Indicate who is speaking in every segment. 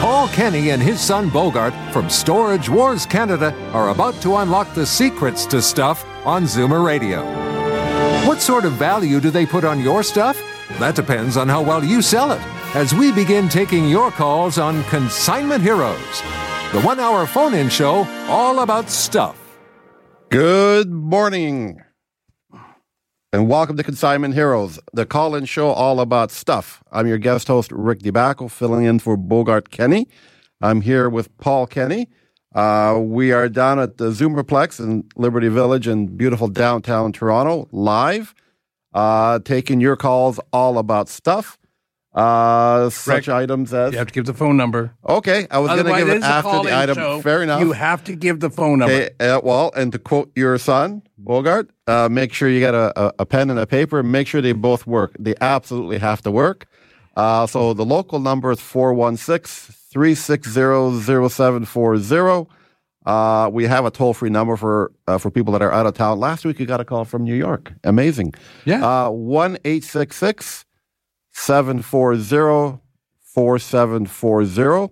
Speaker 1: Paul Kenny and his son Bogart from Storage Wars Canada are about to unlock the secrets to stuff on Zoomer Radio. What sort of value do they put on your stuff? That depends on how well you sell it. As we begin taking your calls on Consignment Heroes, the one hour phone in show all about stuff.
Speaker 2: Good morning. And welcome to Consignment Heroes, the call in show all about stuff. I'm your guest host, Rick DeBacco, filling in for Bogart Kenny. I'm here with Paul Kenny. Uh, we are down at the Zoomerplex in Liberty Village in beautiful downtown Toronto, live, uh, taking your calls all about stuff, uh, such items as.
Speaker 3: You have to give the phone number.
Speaker 2: Okay, I was going to
Speaker 3: Otherwise,
Speaker 2: give
Speaker 3: it
Speaker 2: it
Speaker 3: is a
Speaker 2: after
Speaker 3: call-in
Speaker 2: the item.
Speaker 3: show.
Speaker 2: Fair enough.
Speaker 3: You have to give the phone number.
Speaker 2: Okay, uh, well, and to quote your son, Bogart, uh, make sure you got a, a, a pen and a paper. and Make sure they both work. They absolutely have to work. Uh, so the local number is 416 360 0740. Uh, we have a toll free number for uh, for people that are out of town. Last week, you got a call from New York. Amazing.
Speaker 3: Yeah.
Speaker 2: Uh, 1 740 4740.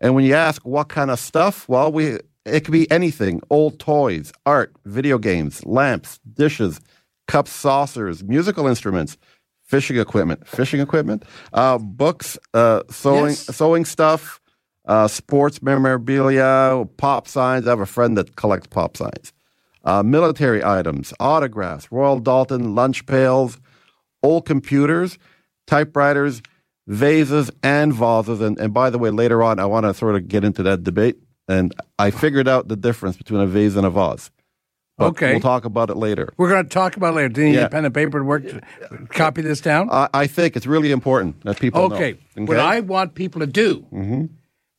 Speaker 2: And when you ask what kind of stuff, well, we it could be anything old toys, art, video games, lamps, dishes, cups, saucers, musical instruments, fishing equipment, fishing equipment, uh, books, uh, sewing,
Speaker 3: Yes.
Speaker 2: sewing stuff, uh, sports memorabilia, pop signs. I have a friend that collects pop signs, uh, military items, autographs, Royal Dalton lunch pails, old computers, typewriters, vases, and vases. And, and by the way, later on, I want to sort of get into that debate. And I figured out the difference between a vase and a vase. But
Speaker 3: Okay.
Speaker 2: We'll talk about it later.
Speaker 3: We're going to talk about it later. Do you need
Speaker 2: Yeah.
Speaker 3: a pen and paper to work? To copy this down.
Speaker 2: I, I think it's really important that people know. Mm-hmm.
Speaker 3: okay. What I want people to do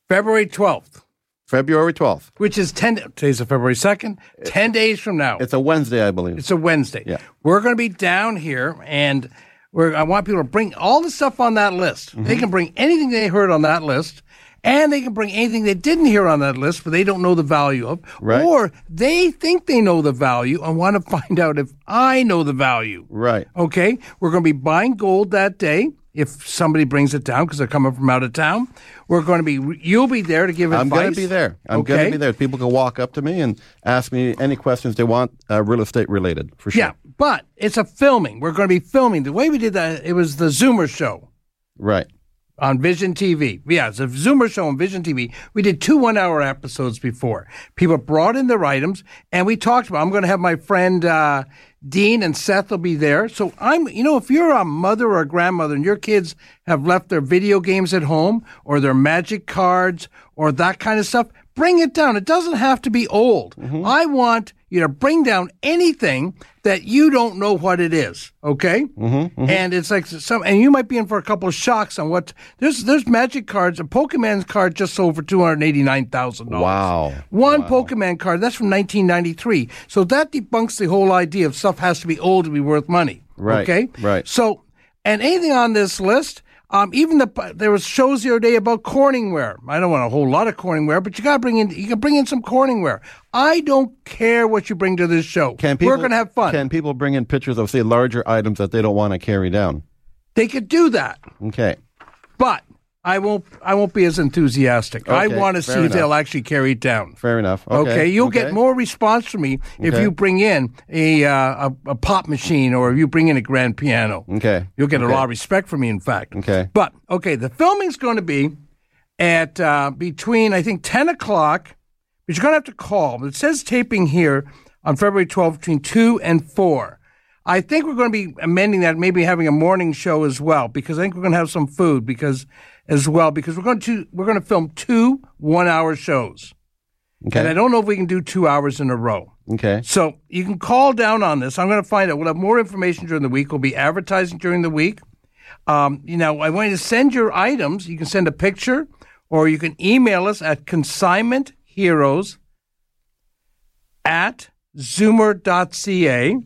Speaker 3: February 12th,
Speaker 2: February 12th.
Speaker 3: which is 10 da- today's the February 2nd, 10 days from now.
Speaker 2: It's a Wednesday, I believe.
Speaker 3: It's a Wednesday.
Speaker 2: Yeah.
Speaker 3: We're going to be down here, and we're, I want people to bring all the stuff on that list.
Speaker 2: Mm-hmm.
Speaker 3: They can bring anything they heard on that list, and they can bring anything they didn't hear on that list, but they don't know the value of,
Speaker 2: Right.
Speaker 3: or they think they know the value and want to find out if I know the value.
Speaker 2: right.
Speaker 3: Okay, we're going to be buying gold that day. If somebody brings it down because they're coming from out of town, we're going to be. You'll be there to give advice.
Speaker 2: I'm going to be there. I'm going to
Speaker 3: Okay?
Speaker 2: be there. People can walk up to me and ask me any questions they want, uh, real estate related, for sure.
Speaker 3: Yeah, but it's a filming. We're going to be filming. The way we did that, it was the Zoomer show
Speaker 2: Right.
Speaker 3: on Vision TV. Yeah, it's a Zoomer show on Vision TV. We did two one hour episodes before. People brought in their items and we talked about I'm going to have my friend uh, Dean and Seth will be there. So I'm, you know, if you're a mother or a grandmother and your kids have left their video games at home or their magic cards or that kind of stuff, bring it down. It doesn't have to be old. I want you to bring down anything that you don't know what it is. Okay,
Speaker 2: Mm-hmm.
Speaker 3: and it's like some, and you might be in for a couple of shocks on what there's. There's magic cards. A Pokemon card just sold for two hundred eighty nine thousand dollars.
Speaker 2: Wow.
Speaker 3: One Pokemon card that's from nineteen ninety three. So that debunks the whole idea of stuff has to be old to be worth money.
Speaker 2: Right,
Speaker 3: Okay.
Speaker 2: right.
Speaker 3: So, and anything on this list, um, even the there was shows the other day about Corningware. I don't want a whole lot of Corningware, but you got to bring in you can bring in some Corningware. I don't care what you bring to this show.
Speaker 2: Can people,
Speaker 3: We're going to have fun.
Speaker 2: Can people bring in pictures of, say, larger items that they don't want to carry down?
Speaker 3: they could do that,
Speaker 2: Okay.
Speaker 3: but I won't. I won't be as enthusiastic. I
Speaker 2: Okay,
Speaker 3: want to
Speaker 2: fair
Speaker 3: see if
Speaker 2: enough.
Speaker 3: they'll actually carry it down.
Speaker 2: Fair enough. Okay.
Speaker 3: Okay, you'll get
Speaker 2: Okay.
Speaker 3: more response from me if
Speaker 2: Okay.
Speaker 3: you bring in a, uh, a a pop machine or if you bring in a grand piano.
Speaker 2: Okay.
Speaker 3: You'll get
Speaker 2: Okay.
Speaker 3: a lot of respect from me, in fact.
Speaker 2: Okay.
Speaker 3: But okay, the filming's going to be at uh, between I think ten o'clock, but you're going to have to call. It says taping here on February 12th between two and four. I think we're going to be amending that, maybe having a morning show as well, because I think we're going to have some food because as well because we're going to we're going to film two one hour shows, and I
Speaker 2: Okay.
Speaker 3: don't know if we can do two hours in a row.
Speaker 2: Okay.
Speaker 3: So you can call down on this. I'm going to find out. We'll have more information during the week. We'll be advertising during the week. Um, you know, I want you to send your items. You can send a picture or you can email us at consignmentheroes at zoomer.ca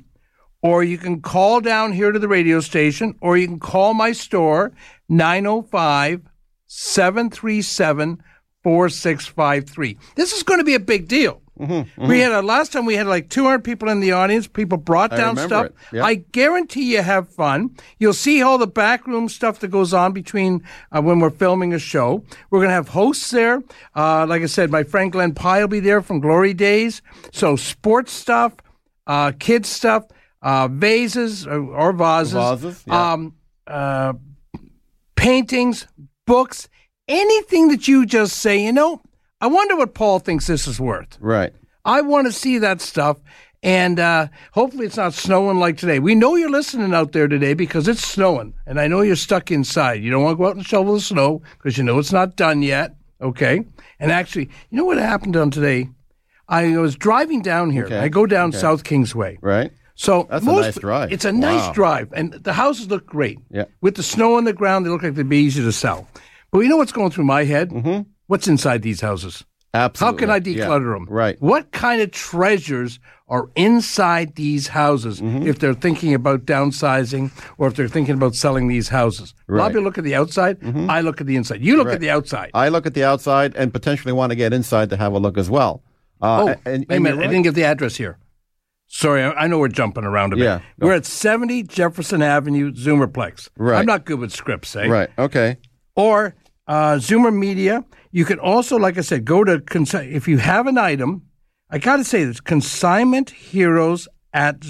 Speaker 3: or you can call down here to the radio station or you can call my store 905 737 4653. This is going to be a big deal.
Speaker 2: Mm-hmm,
Speaker 3: We had a last time we had like 200 people in the audience. People brought down
Speaker 2: remember
Speaker 3: stuff.
Speaker 2: it. Yep.
Speaker 3: I guarantee you have fun. You'll see all the backroom stuff that goes on between uh, when we're filming a show. We're going to have hosts there. Uh, like I said, my friend Glenn Pye will be there from Glory Days. So sports stuff, uh, kids stuff, uh, vases or, or vases,
Speaker 2: Vases, yeah.
Speaker 3: um, uh, paintings, books, anything that you just say. You know, I wonder what Paul thinks this is worth.
Speaker 2: Right.
Speaker 3: I want to see that stuff. And uh, hopefully it's not snowing like today. We know you're listening out there today because it's snowing. And I know you're stuck inside. You don't want to go out and shovel the snow because you know it's not done yet. Okay. And actually, you know what happened on today? I was driving down here.
Speaker 2: Okay.
Speaker 3: I go down South Kingsway.
Speaker 2: Right.
Speaker 3: So
Speaker 2: Eh? That's a
Speaker 3: most,
Speaker 2: nice drive.
Speaker 3: It's a nice
Speaker 2: Wow.
Speaker 3: drive, and the houses look great.
Speaker 2: Yeah.
Speaker 3: With the snow on the ground, they look like they'd be easy to sell. But you know what's going through my head? Mm-hmm. What's inside these houses? How
Speaker 2: Absolutely.
Speaker 3: can I
Speaker 2: Yeah.
Speaker 3: declutter them?
Speaker 2: Right.
Speaker 3: What kind of treasures are inside these houses
Speaker 2: Mm-hmm.
Speaker 3: if they're thinking about downsizing or if they're thinking about selling these houses? A lot of
Speaker 2: Right. Mm-hmm.
Speaker 3: people look at the outside. I look at the inside. You look at
Speaker 2: Right.
Speaker 3: the outside.
Speaker 2: I look at the outside and potentially want to get inside to have a look as well. Uh,
Speaker 3: oh,
Speaker 2: and- and,
Speaker 3: wait a
Speaker 2: you're
Speaker 3: minute. I
Speaker 2: right.
Speaker 3: didn't get the address here. Sorry, I, I know we're jumping around a bit.
Speaker 2: Yeah, no.
Speaker 3: We're at 70 Jefferson Avenue, Zoomerplex.
Speaker 2: Right.
Speaker 3: I'm not good with scripts, eh?
Speaker 2: Right. Okay.
Speaker 3: or uh, Zoomer Media. You can also, like I said, go to consi- if you have an item. I got to say this consignment heroes at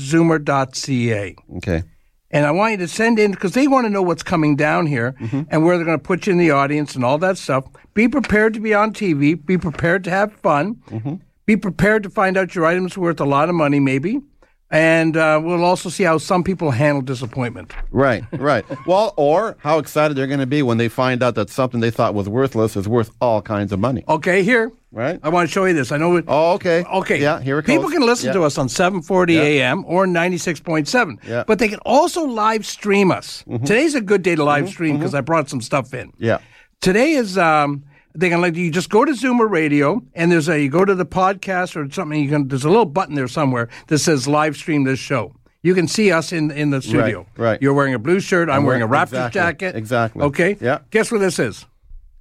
Speaker 3: zoomer.ca.
Speaker 2: Okay.
Speaker 3: And I want you to send in because they want to know what's coming down here and where they're going to put you in the audience and all that stuff. Be prepared to be on TV. Be prepared to have fun. Be prepared to find out your item's worth a lot of money, maybe. And uh, we'll also see how some people handle disappointment.
Speaker 2: Right, right. well, or how excited they're going to be when they find out that something they thought was worthless is worth all kinds of money.
Speaker 3: Okay, here.
Speaker 2: Right.
Speaker 3: I want to show you this. I know it,
Speaker 2: Oh, okay.
Speaker 3: Okay.
Speaker 2: Yeah, here it comes.
Speaker 3: People can listen
Speaker 2: Yeah.
Speaker 3: to us on 7:40
Speaker 2: Yeah.
Speaker 3: a.m. or 96.7.
Speaker 2: Yeah. Mm-hmm.
Speaker 3: But they can also live stream us. Today's a good day to live stream because I brought some stuff in.
Speaker 2: Yeah.
Speaker 3: Today is um they can let you just go to Zoomer Radio and there's a you go to the podcast or something you can there's a little button there somewhere that says live stream this show. You can see us in in the studio.
Speaker 2: right.
Speaker 3: You're wearing a blue shirt, I'm, wearing a
Speaker 2: wearing-
Speaker 3: Raptors
Speaker 2: exactly,
Speaker 3: jacket.
Speaker 2: exactly.
Speaker 3: Okay?
Speaker 2: Yeah.
Speaker 3: Guess what this is?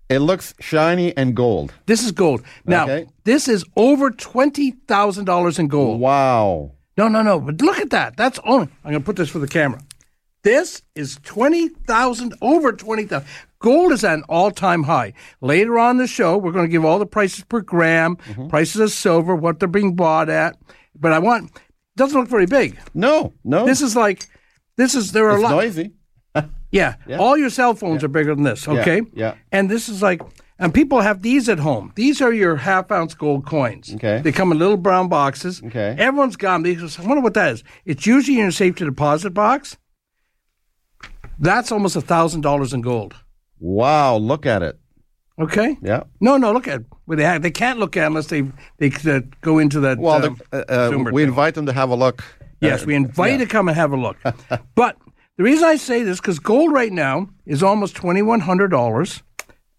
Speaker 2: It looks shiny and gold.
Speaker 3: This is gold. Now,
Speaker 2: Okay.
Speaker 3: this is over $20,000 in gold.
Speaker 2: Wow.
Speaker 3: No, no, no. But look at that. That's only. I'm going to put this for the camera. This is 20,000, over 20,000. Gold is at an all time high. Later on in the show, we're going to give all the prices per gram,
Speaker 2: Mm-hmm.
Speaker 3: prices of silver, what they're being bought at. But I want, doesn't look very big.
Speaker 2: No, no.
Speaker 3: This is like, this is, there are
Speaker 2: it's
Speaker 3: a lot.
Speaker 2: noisy.
Speaker 3: Yeah. All your cell phones are bigger than this, okay?
Speaker 2: yeah.
Speaker 3: And this is like, and people have these at home. These are your half ounce gold coins.
Speaker 2: Okay.
Speaker 3: They come in little brown boxes.
Speaker 2: Okay.
Speaker 3: Everyone's got them. They just- I wonder what that is. It's usually in your safety deposit box. That's almost a $1,000 in gold,
Speaker 2: Wow, look at it.
Speaker 3: okay?
Speaker 2: Yeah.
Speaker 3: No, no, look at where they have. They can't look at unless they they uh, go into that.
Speaker 2: Well,
Speaker 3: um,
Speaker 2: the, uh, uh,
Speaker 3: Zoomer
Speaker 2: we
Speaker 3: thing.
Speaker 2: invite them to have a look. Uh,
Speaker 3: Yes, we invite you to come and have a look. but the reason I say this because gold right now is almost twenty one hundred dollars,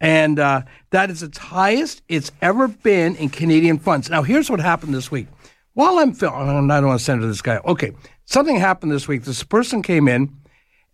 Speaker 3: and uh, that is its highest it's ever been in Canadian funds. Now, here's what happened this week. While I'm filming, I don't want to send it to this guy. Okay, something happened this week. This person came in,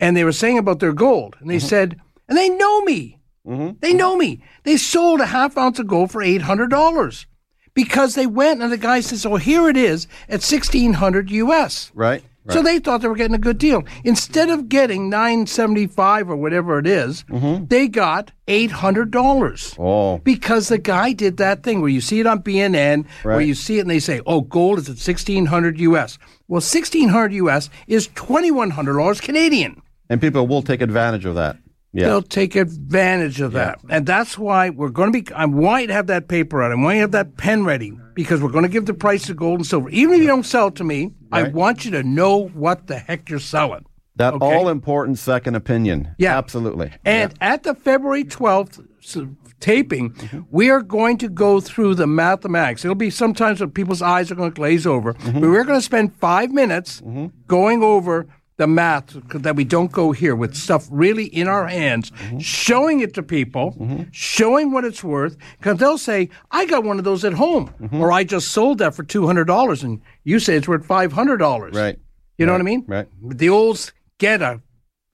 Speaker 3: and they were saying about their gold, and they said, and they know me. They know me. They sold a half ounce of gold for eight hundred dollars because they went and the guy says, "Oh, here it is at sixteen hundred US."
Speaker 2: Right. right.
Speaker 3: So they thought they were getting a good deal. Instead of getting nine seventy five or whatever it is, they got eight hundred dollars.
Speaker 2: Mm-hmm. Oh.
Speaker 3: Because the guy did that thing where you see it on BNN, where
Speaker 2: Right.
Speaker 3: you see it and they say, "Oh, gold is at sixteen hundred US." Well, sixteen hundred US is twenty one hundred dollars Canadian.
Speaker 2: and people will take advantage of that. Yeah.
Speaker 3: They'll take advantage of that. And that's why we're going to be, I want you to have that paper out. I want you to have that pen ready because we're going to give the price of gold and silver. Even if you don't sell it to me, I
Speaker 2: Right.
Speaker 3: want you to know what the heck you're selling.
Speaker 2: that
Speaker 3: okay.
Speaker 2: all important second opinion.
Speaker 3: Yeah.
Speaker 2: Absolutely.
Speaker 3: And at the February 12th s- taping,
Speaker 2: Mm-hmm.
Speaker 3: we are going to go through the mathematics. It'll be
Speaker 2: Mm-hmm.
Speaker 3: sometimes when people's eyes are going to glaze over, but we're going to spend five minutes going over the math that we don't go here with stuff really in our hands,
Speaker 2: Mm-hmm.
Speaker 3: showing it to people, showing what it's worth, because they'll say, I got one of those at home,
Speaker 2: Mm-hmm.
Speaker 3: or I just sold that for $200, and you say it's worth $500.
Speaker 2: Right.
Speaker 3: You know what I mean?
Speaker 2: right.
Speaker 3: The olds get a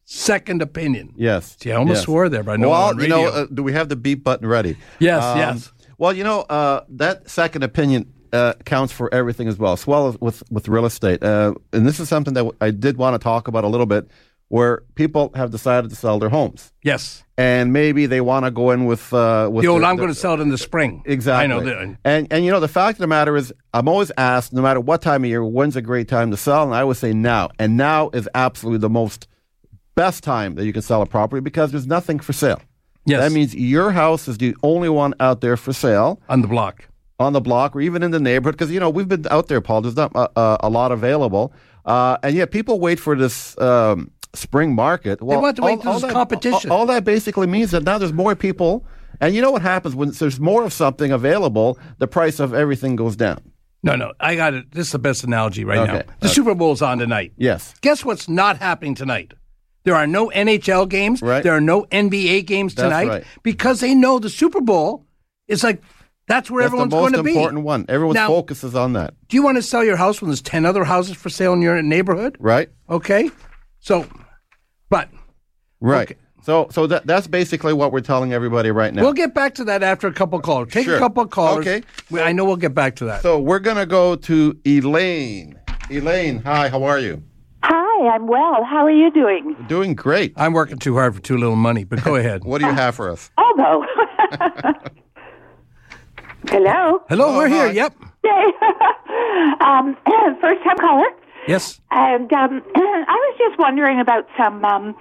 Speaker 3: second opinion.
Speaker 2: Yes.
Speaker 3: See, I almost
Speaker 2: yes.
Speaker 3: swore there, but I know
Speaker 2: well,
Speaker 3: I'm on
Speaker 2: you know,
Speaker 3: radio.
Speaker 2: uh, do we have the beep button ready?
Speaker 3: Yes, yes.
Speaker 2: Um, Well, you know, uh, that second opinion uh, counts for everything as well, as well as with, with real estate. Uh, and this is something that w- I did want to talk about a little bit, where people have decided to sell their homes,
Speaker 3: Yes.
Speaker 2: and maybe they want to go in with uh, with
Speaker 3: The old,
Speaker 2: their-
Speaker 3: I'm
Speaker 2: their-
Speaker 3: going to sell it in the spring.
Speaker 2: Exactly.
Speaker 3: I know that.
Speaker 2: And and you know the fact of the matter is, I'm always asked, no matter what time of year, when's a great time to sell? And I always say now. And now is absolutely the most best time that you can sell a property because there's nothing for sale.
Speaker 3: Yes.
Speaker 2: That means your house is the only one out there for sale
Speaker 3: On the block.
Speaker 2: on the block or even in the neighborhood because you know we've been out there, Paul. There's not uh, uh, a lot available, uh, and yet people wait for this. Um, Spring market. Well,
Speaker 3: want to wait till there's
Speaker 2: that,
Speaker 3: competition.
Speaker 2: All, all that basically means that now there's more people, and you know what happens when there's more of something available, the price of everything goes down.
Speaker 3: No, no. I got it. This is the best analogy right now.
Speaker 2: Okay.
Speaker 3: The Super Bowl's on tonight.
Speaker 2: Yes,
Speaker 3: Guess what's not happening tonight? There are no NHL games.
Speaker 2: Right.
Speaker 3: There are no NBA games
Speaker 2: That's
Speaker 3: tonight
Speaker 2: right.
Speaker 3: because they know the Super Bowl is like that's where
Speaker 2: that's
Speaker 3: everyone's
Speaker 2: the most
Speaker 3: going to be.
Speaker 2: important one. Everyone
Speaker 3: Now-
Speaker 2: focuses on that,
Speaker 3: Do you want to sell your house when there's 10 other houses for sale in your neighborhood?
Speaker 2: right?
Speaker 3: Okay. So, but
Speaker 2: Right. So, so that that's basically what we're telling everybody right now.
Speaker 3: we'll get back to that after a couple of calls. Take
Speaker 2: Sure.
Speaker 3: a couple of calls.
Speaker 2: Okay.
Speaker 3: I know we'll get back to that.
Speaker 2: so we're gonna go to Elaine. Elaine, hi, how are you?
Speaker 4: Hi, I'm well. How are you doing?
Speaker 2: Doing great.
Speaker 3: I'm working too hard for too little money, but go ahead.
Speaker 2: What do you have for us?
Speaker 4: Although, hello.
Speaker 3: Hello, we're here.
Speaker 2: hi.
Speaker 3: Yep.
Speaker 4: Yay. um, first time caller,
Speaker 3: Yes.
Speaker 4: and um, I was just wondering about some um,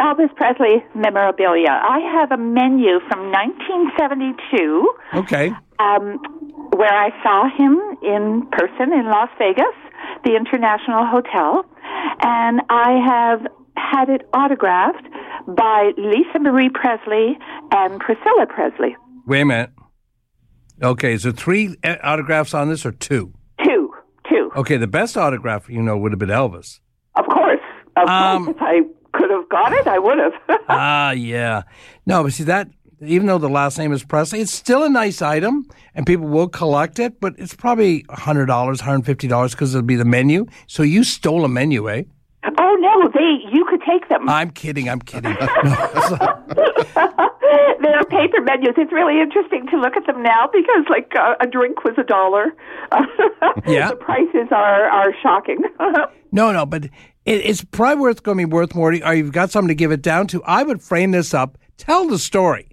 Speaker 4: Elvis Presley memorabilia. I have a menu from 1972
Speaker 3: Okay.
Speaker 4: um, where I saw him in person in Las Vegas, the International Hotel, and I have had it autographed by Lisa Marie Presley and Priscilla Presley.
Speaker 3: Wait a minute. Okay, is there three uh, autographs on this or two?
Speaker 4: Two, two.
Speaker 3: Okay, the best autograph, you know, would have been Elvis.
Speaker 4: Of course, of
Speaker 3: Um,
Speaker 4: course. If I could have got it, I would have.
Speaker 3: Ah, yeah. No, but see that even though the last name is Presley, it's still a nice item, and people will collect it. But it's probably hundred dollars, hundred fifty dollars, because it'll be the menu. So you stole a menu, eh?
Speaker 4: oh no, they you could take them.
Speaker 3: I'm kidding. I'm kidding. No, it's not-
Speaker 4: They're paper menus. It's really interesting to look at them now because, like, uh, a drink was a dollar.
Speaker 3: Yeah.
Speaker 4: the prices are are shocking.
Speaker 3: No, no, but it, it's probably worth going to be worth more. Or you've got something to give it down to. I would frame this up, tell the story,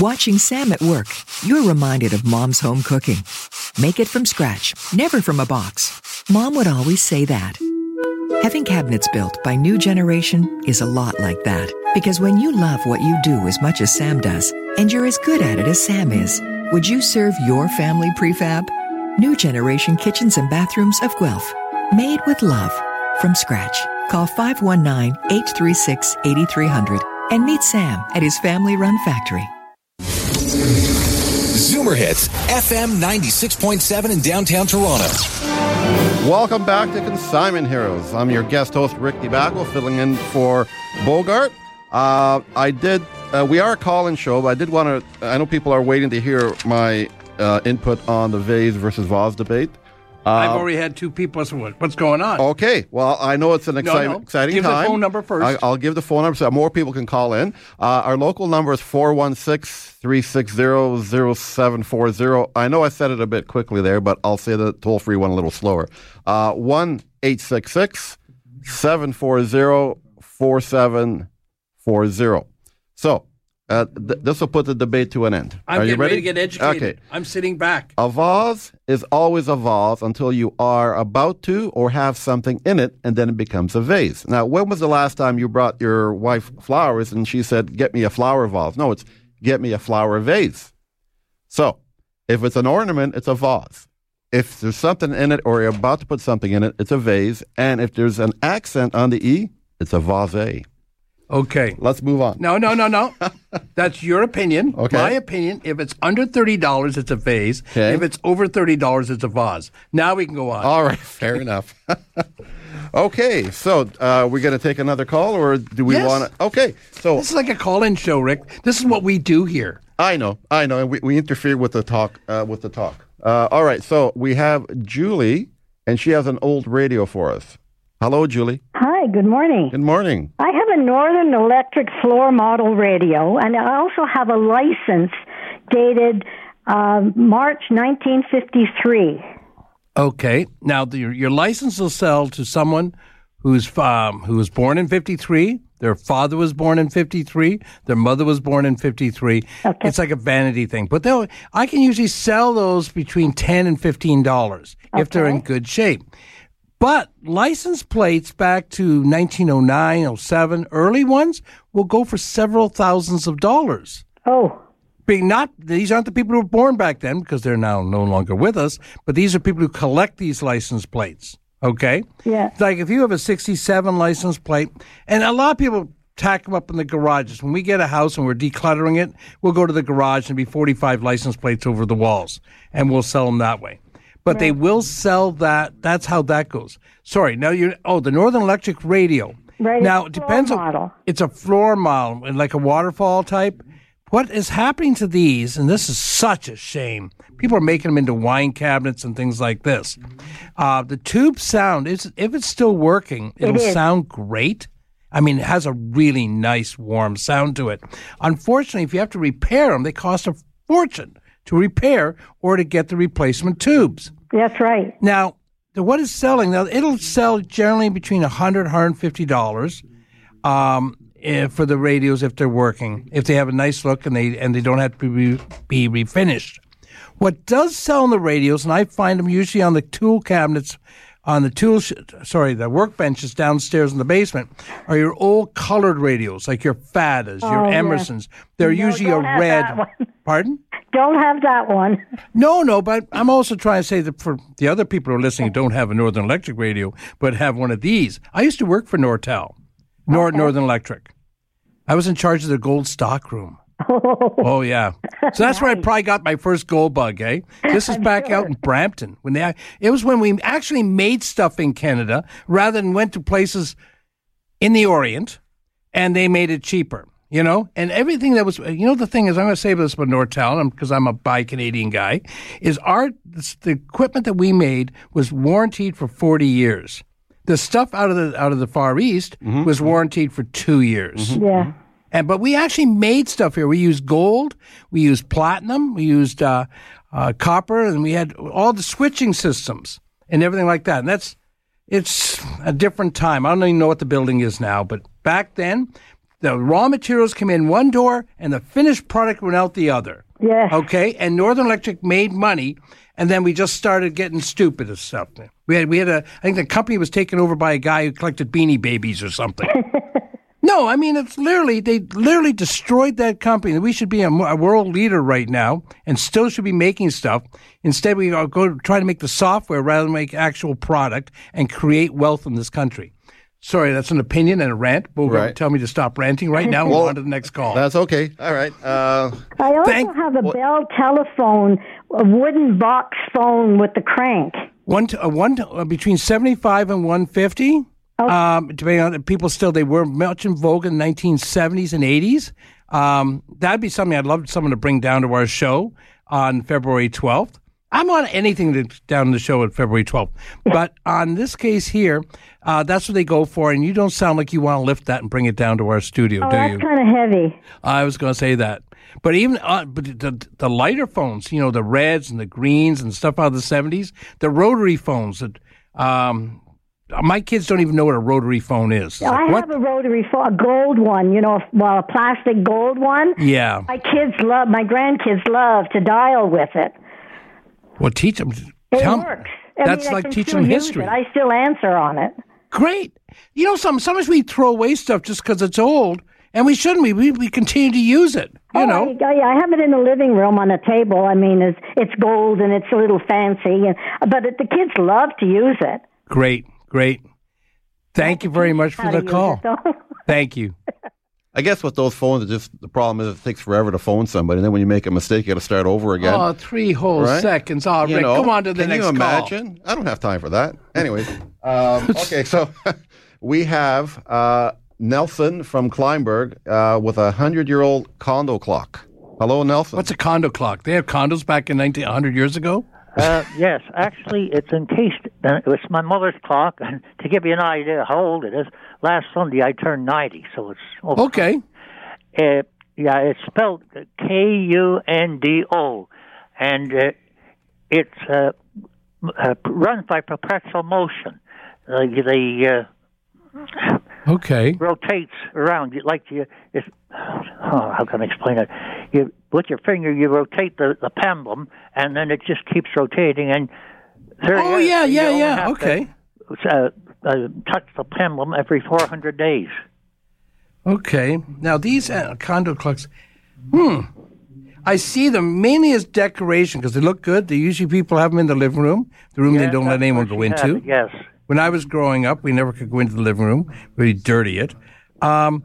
Speaker 5: Watching Sam at work, you're reminded of mom's home cooking. Make it from scratch, never from a box. Mom would always say that. Having cabinets built by new generation is a lot like that. Because when you love what you do as much as Sam does, and you're as good at it as Sam is, would you serve your family prefab? New generation kitchens and bathrooms of Guelph. Made with love. From scratch. Call 519-836-8300 and meet Sam at his family-run factory.
Speaker 6: Zoomer Hits, FM 96.7 in downtown Toronto.
Speaker 2: Welcome back to Consignment Heroes. I'm your guest host Rick DeBacco, filling in for Bogart. Uh, I did. Uh, we are a call-in show, but I did want to. I know people are waiting to hear my uh, input on the vase versus vase debate. Uh,
Speaker 3: I've already had two people. So what- what's going on?
Speaker 2: Okay. Well, I know it's an exciting,
Speaker 3: no.
Speaker 2: exciting
Speaker 3: Give the
Speaker 2: time.
Speaker 3: phone number first.
Speaker 2: I, will give the phone number so more people can call in. Uh, our local number is 416-360-0740. I know I said it a bit quickly there, but I'll say the toll-free one a little slower. Uh, 1-866-740-4740. So uh, th- this will put the debate to an end.
Speaker 3: I'm
Speaker 2: Are you
Speaker 3: getting
Speaker 2: ready?
Speaker 3: ready? to get educated.
Speaker 2: Okay.
Speaker 3: I'm sitting back.
Speaker 2: A vase is always a vase until you are about to or have something in it, and then it becomes a vase. Now, when was the last time you brought your wife flowers and she said, Get me a flower vase? No, it's get me a flower vase. So, If it's an ornament, it's a vase. If there's something in it or you're about to put something in it, it's a vase. And if there's an accent on the E, it's a vase.
Speaker 3: Okay.
Speaker 2: Let's move on.
Speaker 3: No, no, no, no. That's your opinion.
Speaker 2: Okay.
Speaker 3: My opinion. If it's under thirty dollars, it's a vase.
Speaker 2: Okay.
Speaker 3: If it's over thirty dollars, it's a vase. Now we can go on.
Speaker 2: All right, fair enough. okay, so uh, we're going to take another call, or do we
Speaker 3: Yes.
Speaker 2: want to? Okay, so
Speaker 3: this is like a call-in show, Rick. This is what we do here.
Speaker 2: I know, I know, and we, we interfere with the talk. Uh, with the talk. Uh, all right, so we have Julie, and she has an old radio for us. Hello, Julie.
Speaker 7: Hi, good morning.
Speaker 2: Good morning.
Speaker 7: I have a Northern Electric floor model radio, and I also have a license dated um March 1953.
Speaker 3: Okay. Now the, your, your license will sell to someone who's um, who was born in '53. Their father was born in '53. Their mother was born in '53.
Speaker 7: Okay.
Speaker 3: It's like a vanity thing. But they'll, I can usually sell those between ten and fifteen dollars if they're in good shape. But license plates back to 1909, 07, early ones will go for several thousands of dollars
Speaker 7: Oh,
Speaker 3: being not these aren't the people who were born back then because they're now no longer with us, but these are people who collect these license plates. Okay.
Speaker 7: Yeah.
Speaker 3: Like if you have a '67 license plate, and a lot of people tack them up in the garages. When we get a house and we're decluttering it, we'll go to the garage and be 45 license plates over the walls, and we'll sell them that way. But they will sell that. That's how that goes. Sorry. Now you. Oh, the Northern Electric radio.
Speaker 7: Right, it's
Speaker 3: Now
Speaker 7: a
Speaker 3: it
Speaker 7: floor
Speaker 3: depends on
Speaker 7: model.
Speaker 3: it's a floor model, like a waterfall type. What is happening to these, and this is such a shame, people are making them into wine cabinets and things like this. Uh, the tube sound, is, if it's still working, it'll
Speaker 7: is.
Speaker 3: sound great. I mean, it has a really nice, warm sound to it. Unfortunately, if you have to repair them, they cost a fortune to repair or to get the replacement tubes.
Speaker 7: that's right.
Speaker 3: Now, the, what is selling? Now, it'll sell generally between $100, $150 um, eh, for the radios if they're working, if they have a nice look and they, and they don't have to be, be refinished. What does sell on the radios, and I find them usually on the tool cabinets, on the tool, sh- sorry, the workbenches downstairs in the basement, are your old colored radios, like your Fadas, your
Speaker 7: Oh, yeah.
Speaker 3: Emersons. They're usually a
Speaker 7: don't have
Speaker 3: red.
Speaker 7: that one.
Speaker 3: Pardon?
Speaker 7: Don't have that one.
Speaker 3: No, no, but I'm also trying to say that for the other people who are listening who don't have a Northern Electric radio, but have one of these. I used to work for Nortel, Nor- Northern Electric. I was in charge of the gold stock room. Oh, yeah. So that's where I probably got my first gold bug, eh? This is back out in Brampton. when they, It was when we actually made stuff in Canada rather than went to places in the Orient and they made it cheaper. You know, and everything that was, you know, the thing is, I'm going to say this about Nortel because I'm a buy Canadian guy, is our the equipment that we made was warranted for 40 years. The stuff out of the out of the Far East was warranted for two years.
Speaker 7: Yeah.
Speaker 3: And but we actually made stuff here. We used gold, we used platinum, we used uh, uh, copper, and we had all the switching systems and everything like that. And that's it's a different time. I don't even know what the building is now, but back then, the raw materials came in one door, and the finished product went out the other.
Speaker 7: Yes.
Speaker 3: Okay, and Northern Electric made money, and then we just started getting stupid and stuff. We had we had a I think the company was taken over by a guy who collected Beanie Babies or something. no, I mean it's literally they literally destroyed that company. We should be a, mo- a world leader right now, and still should be making stuff. Instead, we are go try to make the software rather than make actual product and create wealth in this country. Sorry, that's an opinion and a rant. But
Speaker 2: Right.
Speaker 3: tell me to stop ranting right now and
Speaker 2: Well,
Speaker 3: go on to the next call.
Speaker 2: That's okay. All right. Uh,
Speaker 7: I also
Speaker 3: Thank-
Speaker 7: have a Bell telephone, a wooden box phone with the crank.
Speaker 3: One to, uh, one to, uh, between seventy five and one fifty.
Speaker 7: Oh.
Speaker 3: Um, depending on people, still they were much in vogue in the nineteen seventies and eighties. Um, that'd be something I'd love someone to bring down to our show on February twelfth. I'm on anything that's down the show at February twelfth, but on this case here, uh, that's what they go for. And you don't sound like you want to lift that and bring it down to our studio,
Speaker 7: Oh,
Speaker 3: do
Speaker 7: that's
Speaker 3: you?
Speaker 7: kind of heavy.
Speaker 3: I was going to say that. But even uh, but the, the lighter phones, you know, the reds and the greens and stuff out of the 70s, the rotary phones that um, my kids don't even know what a rotary phone is. It's
Speaker 7: I
Speaker 3: like,
Speaker 7: have
Speaker 3: what?
Speaker 7: a rotary phone, a gold one, you know, well, a plastic gold one.
Speaker 3: yeah.
Speaker 7: My kids love, my grandkids love to dial with it.
Speaker 3: Well, teach them.
Speaker 7: It
Speaker 3: tell 'em.
Speaker 7: works. I
Speaker 3: That's
Speaker 7: mean, I
Speaker 3: like
Speaker 7: can
Speaker 3: teaching
Speaker 7: still
Speaker 3: them
Speaker 7: use
Speaker 3: history.
Speaker 7: It. I still answer on it.
Speaker 3: Great. You know, some, sometimes we throw away stuff just because it's old and we shouldn't. We we, we continue to use it. You
Speaker 7: oh,
Speaker 3: know,
Speaker 7: I, yeah, I have it in the living room on a table. I mean, it's, it's gold and it's a little fancy, and, but it, the kids love to use it.
Speaker 3: great, great. Thank you very much for
Speaker 7: How to
Speaker 3: the
Speaker 7: use
Speaker 3: call.
Speaker 7: it, though.
Speaker 3: Thank you.
Speaker 2: I guess with those phones, it just the problem is it takes forever to phone somebody, and then when you make a mistake, you got to start over again.
Speaker 3: Oh, three whole
Speaker 2: Right?
Speaker 3: seconds. Oh,
Speaker 2: You
Speaker 3: Rick,
Speaker 2: know,
Speaker 3: come on to the
Speaker 2: can
Speaker 3: next
Speaker 2: you
Speaker 3: call.
Speaker 2: imagine? I don't have time for that. Anyways, um, okay, so we have uh, Nelson from Kleinberg uh, with a hundred-year-old condo clock. Hello, Nelson.
Speaker 3: What's a condo clock? They had condos back in 1900 years ago.
Speaker 8: Uh, yes, actually, it's encased. uh, It was my mother's clock. And to give you an idea how old it is, last Sunday I turned 90, so it's. over.
Speaker 3: Okay.
Speaker 8: Uh, yeah, it's spelled K U N D O. And uh, it's uh, m- uh, run by perpetual motion. Uh, they uh,
Speaker 3: Okay.
Speaker 8: rotates around. You- Like you, it's, oh, how can I explain it? You, with your finger, you rotate the, the pendulum, and then it just keeps rotating. And there
Speaker 3: Oh
Speaker 8: you-
Speaker 3: yeah,
Speaker 8: you
Speaker 3: yeah,
Speaker 8: only
Speaker 3: yeah.
Speaker 8: have to-
Speaker 3: Okay.
Speaker 8: uh, uh, touch the pendulum every 400 days.
Speaker 3: Okay. Now these uh, condo clocks, hmm, I see them mainly as decoration because they look good. They usually people have them in the living room, the room they
Speaker 8: Yes,
Speaker 3: don't let
Speaker 8: that's
Speaker 3: anyone
Speaker 8: what
Speaker 3: go
Speaker 8: she had,
Speaker 3: into.
Speaker 8: Yes.
Speaker 3: When I was growing up, we never could go into the living room. We'd dirty it. Um,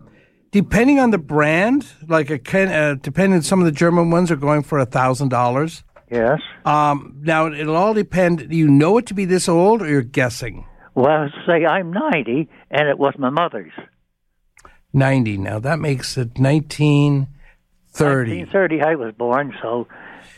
Speaker 3: depending on the brand, like a Ken, uh, depending, some of the German ones are going for a thousand dollars.
Speaker 8: Yes.
Speaker 3: Um, now it'll all depend. You know it to be this old, or you're guessing.
Speaker 8: Well, I was to say I'm 90, and it was my mother's.
Speaker 3: 90. Now that makes it 1930.
Speaker 8: 1930, I was born, so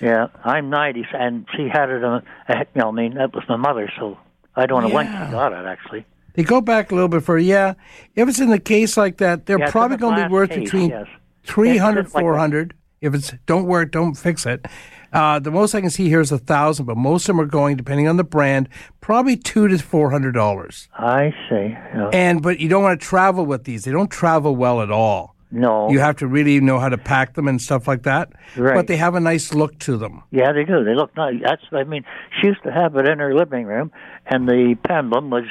Speaker 8: yeah, I'm 90, and she had it. On, you know, I mean, that was my mother, so I don't know when
Speaker 3: Yeah.
Speaker 8: she got it actually.
Speaker 3: They go back a little bit further. Yeah. If it's in the case like that, they're
Speaker 8: Yeah, it's
Speaker 3: probably
Speaker 8: in the
Speaker 3: going to
Speaker 8: glass
Speaker 3: be worth
Speaker 8: case,
Speaker 3: between
Speaker 8: yes.
Speaker 3: three hundred,
Speaker 8: It's like a-
Speaker 3: four hundred. 300, 400. If it's, don't wear it, don't fix it. Uh, the most I can see here is a thousand, but most of them are going, depending on the brand, probably two to four hundred dollars.
Speaker 8: I see. Yeah.
Speaker 3: And but you don't want to travel with these; they don't travel well at all.
Speaker 8: no.
Speaker 3: You have to really know how to pack them and stuff like that.
Speaker 8: Right.
Speaker 3: But they have a nice look to them.
Speaker 8: yeah, they do. They look nice. That's. I mean, she used to have it in her living room, and the pendulum was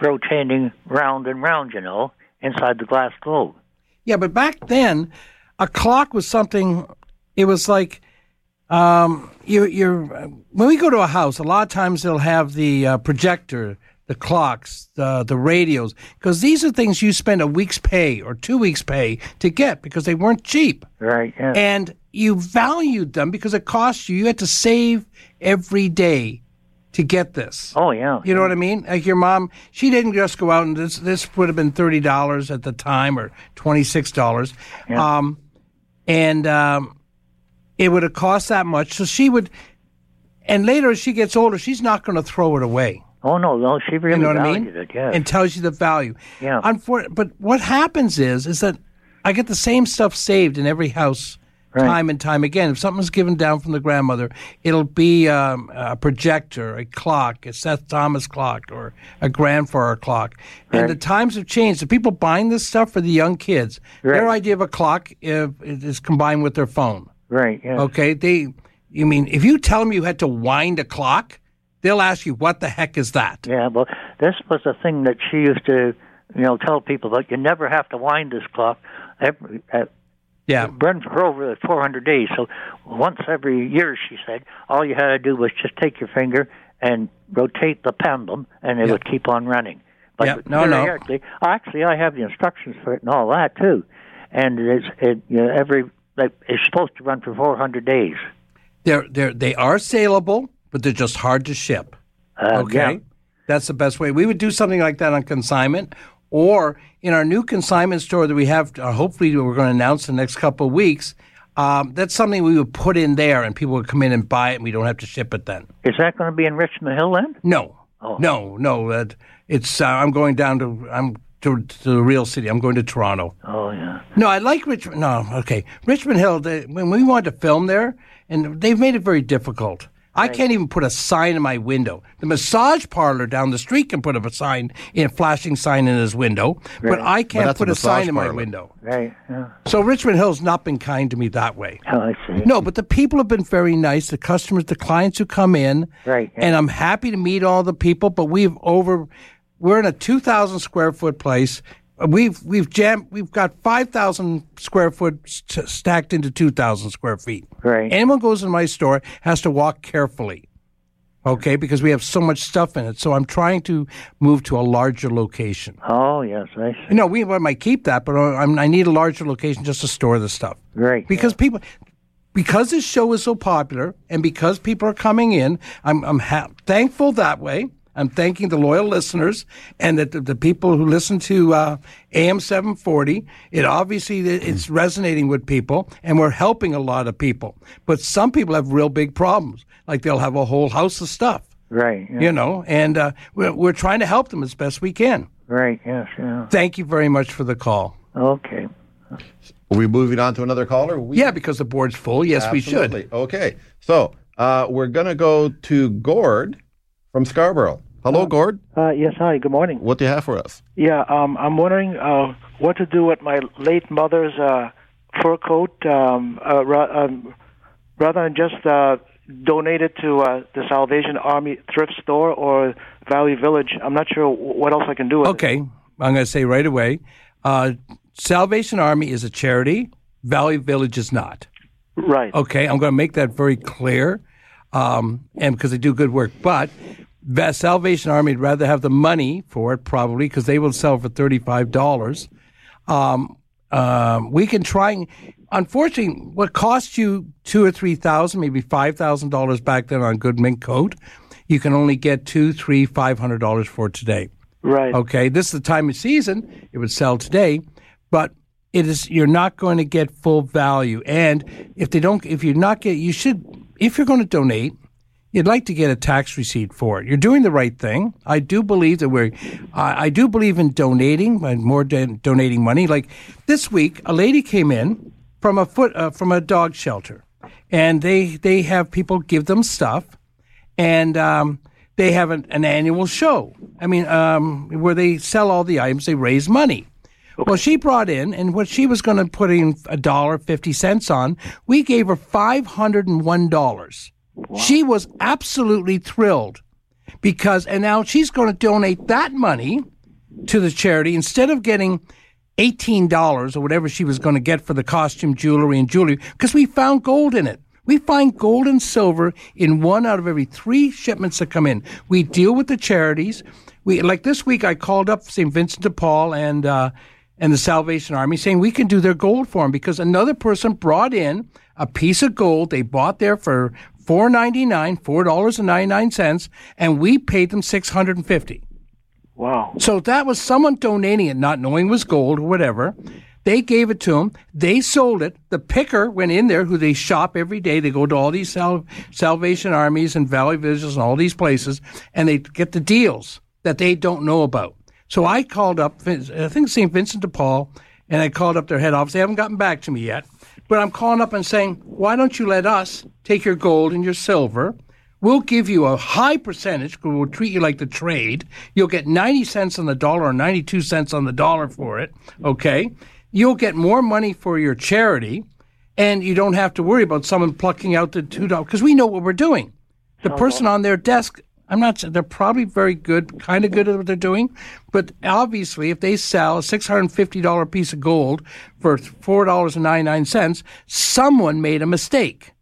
Speaker 8: rotating round and round. You know, inside the glass globe.
Speaker 3: Yeah, but back then, a clock was something. It was like um, you, you're when we go to a house. A lot of times they'll have the uh, projector, the clocks, the the radios, because these are things you spend a week's pay or two weeks' pay to get because they weren't cheap,
Speaker 8: Right. Yeah.
Speaker 3: and you valued them because it cost you. You had to save every day to get this.
Speaker 8: oh yeah.
Speaker 3: You know what I mean? Like your mom, she didn't just go out and this this would have been thirty dollars at the time or twenty six dollars, um, and um, it would have cost that much. So she would, and later as she gets older, she's not going to throw it away.
Speaker 8: Oh no, no, she really
Speaker 3: You know what I
Speaker 8: valued
Speaker 3: mean?
Speaker 8: it. Yes.
Speaker 3: And tells you the value.
Speaker 8: Yeah.
Speaker 3: Unfor- but what happens is is that I get the same stuff saved in every house.
Speaker 8: Right.
Speaker 3: Time and time again, if something's given down from the grandmother, it'll be um, a projector, a clock, a Seth Thomas clock, or a grandfather clock. And the times have changed. The people buying this stuff for the young kids, their
Speaker 8: Right.
Speaker 3: idea of a clock uh, is combined with their phone.
Speaker 8: right. Yeah.
Speaker 3: Okay, they. You mean if you tell them you had to wind a clock, they'll ask you what the heck is that?
Speaker 8: Yeah, well, this was a thing that she used to, you know, tell people that you never have to wind this clock. Every, uh,
Speaker 3: Yeah.
Speaker 8: run for over the 400 days. So once every year, she said, all you had to do was just take your finger and rotate the pendulum, and it would keep on running. But
Speaker 3: Yeah, no, no.
Speaker 8: periodically- Actually, I have the instructions for it and all that too. And it's it you know, every like, it's supposed to run for 400 days.
Speaker 3: They're they're they are saleable, but they're just hard to ship.
Speaker 8: Uh,
Speaker 3: okay,
Speaker 8: yeah.
Speaker 3: that's the best way. We would do something like that on consignment, or in our new consignment store that we have. Uh, hopefully, we're going to announce in the next couple of weeks. Um, that's something we would put in there, and people would come in and buy it, and we don't have to ship it then.
Speaker 8: Is that going to be in Richmond Hill then? Oh.
Speaker 3: No, no, no. That it's. Uh, I'm going down to. I'm to, to the real city. I'm going to Toronto.
Speaker 8: Oh yeah.
Speaker 3: No, I like Richmond. No, okay. Richmond Hill, they, when we wanted to film there, and they've made it very difficult. I can't even put a sign in my window. The massage parlor down the street can put up a sign, a flashing sign in his window, but I can't
Speaker 2: that's a
Speaker 3: put a, sign
Speaker 2: massage
Speaker 3: in my
Speaker 2: parlor.
Speaker 3: window.
Speaker 8: Right. Yeah.
Speaker 3: So Richmond Hill's not been kind to me that way.
Speaker 8: Oh, I see.
Speaker 3: No, but the people have been very nice. The customers, the clients who come in,
Speaker 8: Right, yeah.
Speaker 3: And I'm happy to meet all the people. But we've over, we're in a 2,000 square foot place. We've we've jammed. We've got five thousand square foot st- stacked into two thousand square feet.
Speaker 8: Right.
Speaker 3: Anyone goes in my store has to walk carefully, okay? Because we have so much stuff in it. So I'm trying to move to a larger location.
Speaker 8: Oh yes, I see.
Speaker 3: No, we we might keep that, but I, I'm, I need a larger location just to store the stuff.
Speaker 8: Right.
Speaker 3: Because people, because this show is so popular, and because people are coming in, I'm I'm ha- thankful that way. I'm thanking the loyal listeners and that the, the people who listen to uh, AM 740. It obviously th- it's resonating with people, and we're helping a lot of people. But some people have real big problems, like they'll have a whole house of stuff,
Speaker 8: Right. yeah.
Speaker 3: you know. And uh, we're, we're trying to help them as best we can.
Speaker 8: Right. Yes. Yeah.
Speaker 3: Thank you very much for the call.
Speaker 8: Okay.
Speaker 2: Are we moving on to another caller? We,
Speaker 3: Yeah, because the board's full. Yes, we should.
Speaker 2: Absolutely. Okay. So uh, we're going to go to Gord from Scarborough. Hello, Gord.
Speaker 9: Uh, yes, hi, good morning.
Speaker 2: What do you have for us?
Speaker 9: Yeah, um, I'm wondering uh, what to do with my late mother's uh, fur coat um, uh, ra- um, rather than just uh, donate it to uh, the Salvation Army thrift store or Valley Village. I'm not sure wh- what else I can do with it.
Speaker 3: Okay, I'm going to say right away uh, Salvation Army is a charity, Valley Village is not.
Speaker 9: Right.
Speaker 3: Okay, I'm going to make that very clear, um, and because they do good work. But the Salvation Army would rather have the money for it, probably, because they will sell for thirty-five dollars. Um, um, we can try. And, unfortunately, what cost you two or three thousand, maybe five thousand dollars back then on good mink coat, you can only get two, three, five hundred dollars for today.
Speaker 9: Right.
Speaker 3: Okay, this is the time of season it would sell today, but it is you're not going to get full value. And if they don't, if you're not get, you should. If you're going to donate, you'd like to get a tax receipt for it. You're doing the right thing. I do believe that we're. I, I do believe in donating, and more don- donating money. Like this week, a lady came in from a foot uh, from a dog shelter, and they they have people give them stuff and um, they have an, an annual show. I mean, um, where they sell all the items, they raise money. Well, she brought in, and what she was going to put in a dollar fifty cents on, we gave her five hundred and one dollars. She was absolutely thrilled because, and now she's going to donate that money to the charity instead of getting eighteen dollars or whatever she was going to get for the costume, jewelry, and jewelry because we found gold in it. We find gold and silver in one out of every three shipments that come in. We deal with the charities. We like this week. I called up St. Vincent de Paul and uh, and the Salvation Army, saying we can do their gold for them because another person brought in a piece of gold they bought there for four ninety nine, four dollars and ninety nine cents, and we paid them six hundred and fifty.
Speaker 9: Wow.
Speaker 3: So that was someone donating it, not knowing it was gold or whatever. They gave it to them. They sold it. The picker went in there, who they shop every day. They go to all these Sal- Salvation Armies and Valley Visions and all these places, and they get the deals that they don't know about. So I called up, Vin- I think St. Vincent de Paul, and I called up their head office. They haven't gotten back to me yet, but I'm calling up and saying, why don't you let us take your gold and your silver? We'll give you a high percentage 'cause we'll treat you like the trade. You'll get 90 cents on the dollar or 92 cents on the dollar for it, okay? You'll get more money for your charity, and you don't have to worry about someone plucking out the $2 because we know what we're doing. The person on their desk, I'm not saying they're probably very good, kind of good at what they're doing, but obviously, if they sell a $650 piece of gold for $4.99, someone made a mistake.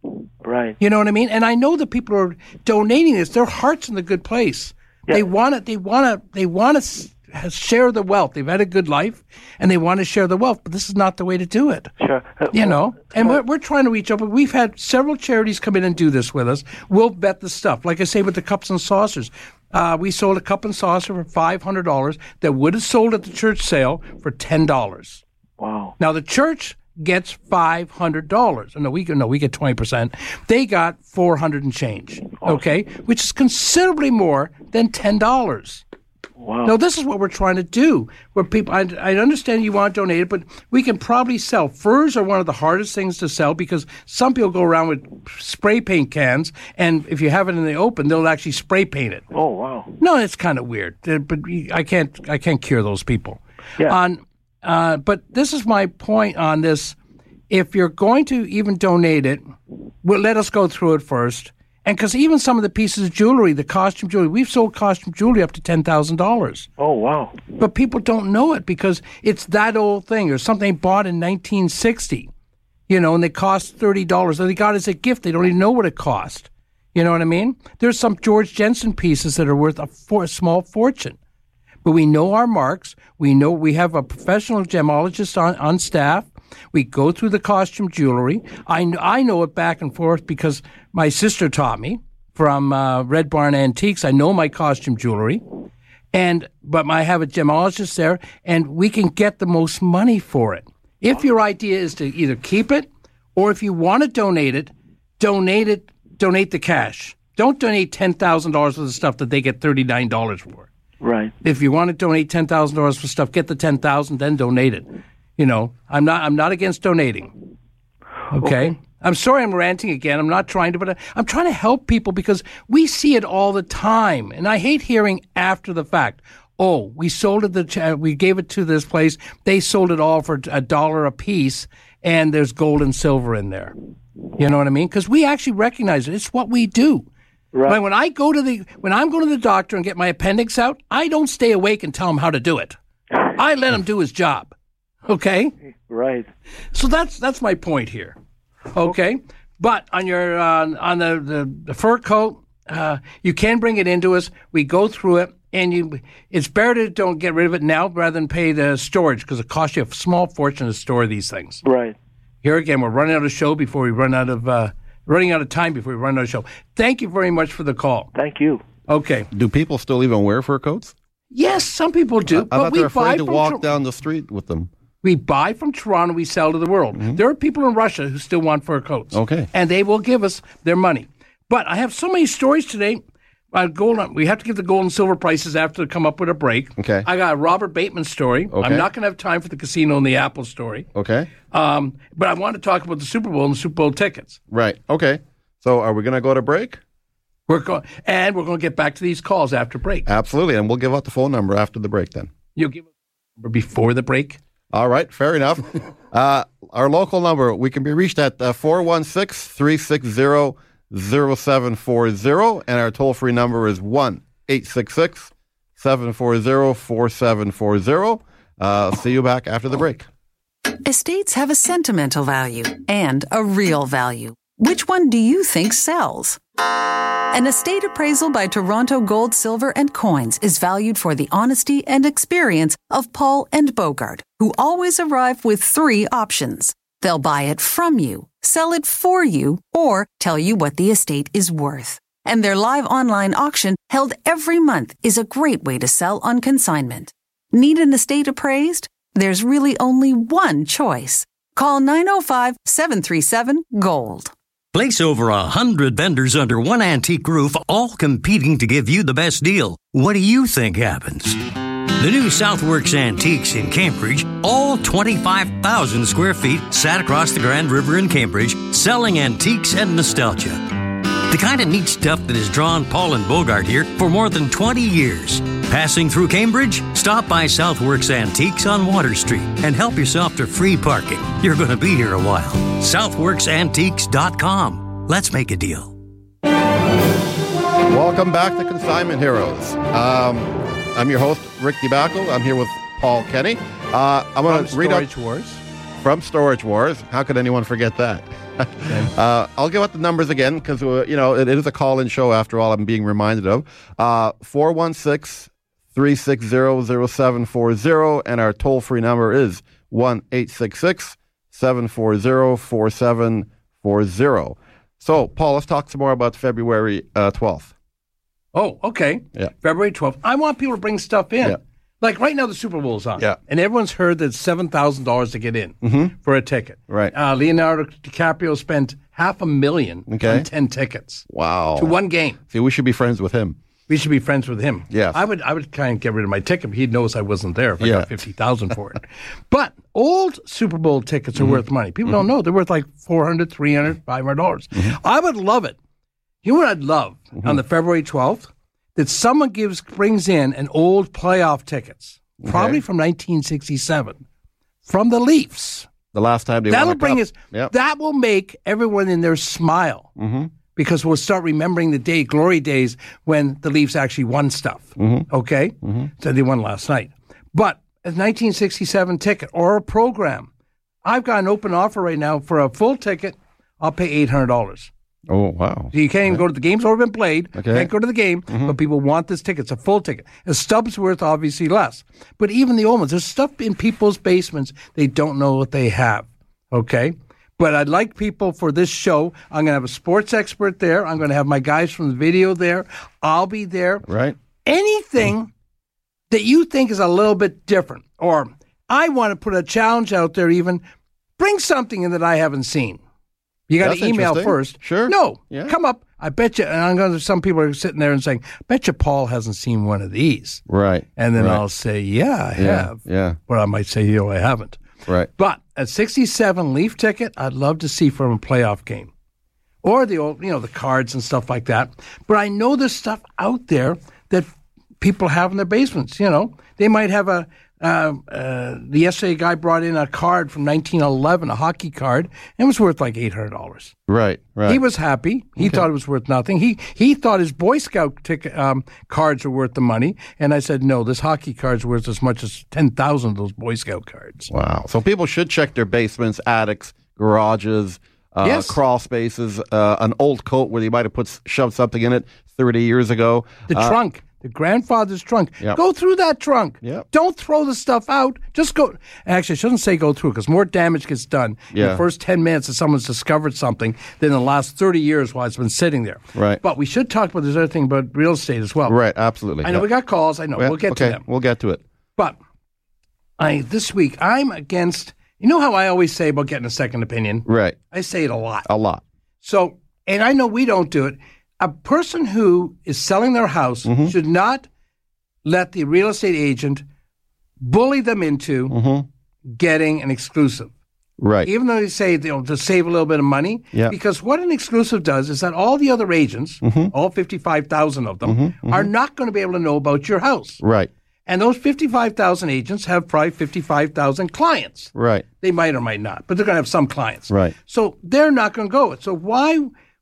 Speaker 9: Right.
Speaker 3: You know what I mean? And I know that people are donating this. Their heart's in the good place. They want it. They want to. They want to share the wealth. They've had a good life, and they want to share the wealth. But this is not the way to do it.
Speaker 9: Sure. Uh,
Speaker 3: You know, and we're, we're trying to reach out. But we've had several charities come in and do this with us. We'll vet the stuff. Like I say, with the cups and saucers, uh, we sold a cup and saucer for five hundred dollars that would have sold at the church sale for ten dollars.
Speaker 9: Wow.
Speaker 3: Now the church gets five hundred dollars. No, we get no, we get twenty percent. They got four hundred and change. Okay, which is considerably more than ten dollars.
Speaker 9: Wow.
Speaker 3: Now this is what we're trying to do. Where people, I, I understand you want to donate it, but we can probably sell. Furs are one of the hardest things to sell because some people go around with spray paint cans, and if you have it in the open, they'll actually spray paint it.
Speaker 9: Oh wow.
Speaker 3: No, it's kind of weird, Uh, but we- I can't I can't cure those people. On, uh, but this is my point on this. If you're going to even donate it, well, let us go through it first, And because even some of the pieces of jewelry, the costume jewelry, we've sold costume jewelry up to $10,000.
Speaker 9: Oh, wow.
Speaker 3: But people don't know it because it's that old thing or something they bought in 1960, you know, and they cost $30. And they got it as a gift. They don't even know what it cost. You know what I mean? There's some George Jensen pieces that are worth a, for, a small fortune. But we know our marks. We know we have a professional gemologist on, on staff. We go through the costume jewelry. I, kn- I know it back and forth because my sister taught me from uh, Red Barn Antiques. I know my costume jewelry. And but I have a gemologist there, and we can get the most money for it. If your idea is to either keep it, or if you want to donate it, donate it. Donate the cash. Don't donate ten thousand dollars worth of stuff that they get thirty nine dollars for.
Speaker 9: Right.
Speaker 3: If you want to donate ten thousand dollars for stuff, get the ten thousand, then donate it. You know, I'm not I'm not against donating. Okay? I'm sorry I'm ranting again. I'm not trying to, but I- I'm trying to help people because we see it all the time, and I hate hearing after the fact. Oh, we sold it. The ch- uh, we gave it to this place. They sold it all for a dollar a piece, and there's gold and silver in there. You know what I mean? Because we actually recognize it. It's what we do. Right. When I go to the when I'm going to the doctor and get my appendix out, I don't stay awake and tell him how to do it. I let him do his job. Okay.
Speaker 9: Right.
Speaker 3: So that's that's my point here. Okay. But on your uh, on the, the, the fur coat, uh, you can bring it into us. We go through it, and you it's better to don't get rid of it now rather than pay the storage because it costs you a small fortune to store these things.
Speaker 9: Right.
Speaker 3: Here again, we're running out of show before we run out of uh, running out of time before we run out of show. Thank you very much for the call.
Speaker 9: Thank you.
Speaker 3: Okay.
Speaker 2: Do people still even wear fur coats?
Speaker 3: Yes, some people do,
Speaker 2: I
Speaker 3: but
Speaker 2: thought
Speaker 3: we
Speaker 2: they're
Speaker 3: buy
Speaker 2: afraid to
Speaker 3: from
Speaker 2: walk
Speaker 3: Tor-
Speaker 2: down the street with them.
Speaker 3: We buy from Toronto, we sell to the world. There are people in Russia who still want fur coats.
Speaker 2: Mm-hmm. Okay.
Speaker 3: And they will give us their money. But I have so many stories today. Uh, gold, we have to give the gold and silver prices after to come up with a break.
Speaker 2: Okay.
Speaker 3: I got a Robert Bateman story.
Speaker 2: Okay.
Speaker 3: I'm not going to have time for the casino and the Apple story.
Speaker 2: Okay.
Speaker 3: Um, but I want to talk about the Super Bowl and the Super Bowl tickets.
Speaker 2: Right. Okay. So are we going to go to break?
Speaker 3: We're going, and we're going to get back to these calls after break.
Speaker 2: Absolutely. And we'll give out the phone number after the break then.
Speaker 3: You'll give us the number before the break.
Speaker 2: All right. Fair enough. uh, our local number, we can be reached at uh, 416 360 0740. And our toll free number is 1 866 740 4740. Uh, See you back after the break.
Speaker 10: Estates have a sentimental value and a real value. Which one do you think sells? An estate appraisal by Toronto Gold, Silver, and Coins is valued for the honesty and experience of Paul and Bogart, who always arrive with three options. They'll buy it from you, sell it for you, or tell you what the estate is worth. And their live online auction, held every month, is a great way to sell on consignment. Need an estate appraised? There's really only one choice. Call 905 737 GOLD.
Speaker 11: Place over a hundred vendors under one antique roof, all competing to give you the best deal. What do you think happens? The new Southworks Antiques in Cambridge, all 25,000 square feet, sat across the Grand River in Cambridge, selling antiques and nostalgia. The kind of neat stuff that has drawn Paul and Bogart here for more than 20 years. Passing through Cambridge? Stop by Southworks Antiques on Water Street and help yourself to free parking. You're going to be here a while. SouthworksAntiques.com. Let's make a deal.
Speaker 2: Welcome back to Consignment Heroes. Um, I'm your host, Rick DiBacco. I'm here with Paul Kenny. Uh, I'm going to
Speaker 3: From
Speaker 2: read out
Speaker 3: Storage Wars.
Speaker 2: from Storage Wars. How could anyone forget that? uh, I'll give out the numbers again because uh, you know it, it is a call-in show after all. I'm being reminded of uh, 416-360-0740, and our toll-free number is one 866 740 4740 So, Paul, let's talk some more about February uh, 12th.
Speaker 3: Oh, okay.
Speaker 2: Yeah.
Speaker 3: February 12th. I want people to bring stuff in.
Speaker 2: Yeah.
Speaker 3: Like right now, the Super Bowl's on.
Speaker 2: Yeah.
Speaker 3: And everyone's heard that it's $7,000 to get in
Speaker 2: Mhm.
Speaker 3: for a ticket.
Speaker 2: Right.
Speaker 3: Uh, Leonardo DiCaprio spent half a million
Speaker 2: Okay.
Speaker 3: on 10 tickets
Speaker 2: Wow.
Speaker 3: to one game.
Speaker 2: See, we should be friends with him.
Speaker 3: We should be friends with him.
Speaker 2: Yes.
Speaker 3: I would I would kind of get rid of my ticket. But he knows I wasn't there if I
Speaker 2: Yeah.
Speaker 3: got 50000 for it. But old Super Bowl tickets are worth money. People don't know. They're worth like $400, $300, $500. I would love it. You know what I'd love on the February 12th? That someone gives brings in an old playoff tickets, probably from 1967, from the Leafs.
Speaker 2: The last time they won
Speaker 3: That'll
Speaker 2: the
Speaker 3: bring
Speaker 2: cup.
Speaker 3: us.
Speaker 2: Yep.
Speaker 3: That will make everyone in there smile.
Speaker 2: Mhm.
Speaker 3: because we'll start remembering the day, glory days, when the Leafs actually won stuff.
Speaker 2: Mm-hmm.
Speaker 3: Okay? So they won last night. But a 1967 ticket or a program, I've got an open offer right now for a full ticket. I'll pay $800.
Speaker 2: Oh, wow.
Speaker 3: So you can't even go to the game's already been played.
Speaker 2: Okay. Mm-hmm.
Speaker 3: Can't go to the game, but people want this ticket. It's a full ticket. A stub's worth obviously less. But even the old ones, there's stuff in people's basements they don't know what they have. Okay. But I'd like people for this show. I'm going to have a sports expert there. I'm going to have my guys from the video there. I'll be there.
Speaker 2: Right.
Speaker 3: Anything that you think is a little bit different, or I want to put a challenge out there, even bring something in that I haven't seen. You got
Speaker 2: That's
Speaker 3: to email
Speaker 2: interesting.
Speaker 3: first. Sure. No. Come up. I bet you. And I'm going to. Some people are sitting there and saying, "Bet you Paul hasn't seen one of these."
Speaker 2: Right.
Speaker 3: And then
Speaker 2: right.
Speaker 3: I'll say, "Yeah, I
Speaker 2: Yeah,
Speaker 3: have."
Speaker 2: Yeah.
Speaker 3: Or I might say, "No, I haven't."
Speaker 2: Right.
Speaker 3: But a 67 Leaf ticket, I'd love to see from a playoff game, or the old, you know, the cards and stuff like that. But I know there's stuff out there that people have in their basements. You know, they might have a. Uh, uh, the yesterday guy brought in a card from 1911, a hockey card, and it was worth like eight hundred dollars.
Speaker 2: Right. Right.
Speaker 3: He was happy. He thought it was worth nothing. He he thought his Boy Scout ticket um, cards were worth the money, and I said, no, this hockey card's worth as much as ten thousand of those Boy Scout cards.
Speaker 2: Wow. So people should check their basements, attics, garages, uh,
Speaker 3: Yes.
Speaker 2: crawl spaces, uh, an old coat where they might have put s- shoved something in it 30 years ago.
Speaker 3: The
Speaker 2: Uh,
Speaker 3: trunk, the grandfather's trunk.
Speaker 2: Yep.
Speaker 3: Go through that trunk. Don't throw the stuff out. Just go. Actually, I shouldn't say go through because more damage gets done in
Speaker 2: Yeah.
Speaker 3: the first ten minutes that someone's discovered something than in the last thirty years while it's been sitting there.
Speaker 2: Right.
Speaker 3: But we should talk about this other thing about real estate as well.
Speaker 2: Right. Absolutely.
Speaker 3: I know
Speaker 2: Yep.
Speaker 3: we got calls. I know
Speaker 2: Yeah,
Speaker 3: we'll get
Speaker 2: okay,
Speaker 3: to them.
Speaker 2: We'll get to it.
Speaker 3: But I this week I'm against. You know how I always say about getting a second opinion.
Speaker 2: Right.
Speaker 3: I say it a lot.
Speaker 2: A lot.
Speaker 3: So, and I know we don't do it. A person who is selling their house
Speaker 2: Mm-hmm.
Speaker 3: should not let the real estate agent bully them into getting an exclusive.
Speaker 2: Mm-hmm. Right.
Speaker 3: Even though they say you know, to save a little bit of money,
Speaker 2: Yeah. Mm-hmm.
Speaker 3: because what an exclusive does is that all the other agents, all 55,000 of them, are not going to be able to know about your house.
Speaker 2: Right.
Speaker 3: And those 55,000 agents have probably 55,000 clients.
Speaker 2: Right.
Speaker 3: They might or might not, but they're going to have some clients.
Speaker 2: Right.
Speaker 3: So they're not going to go. So why,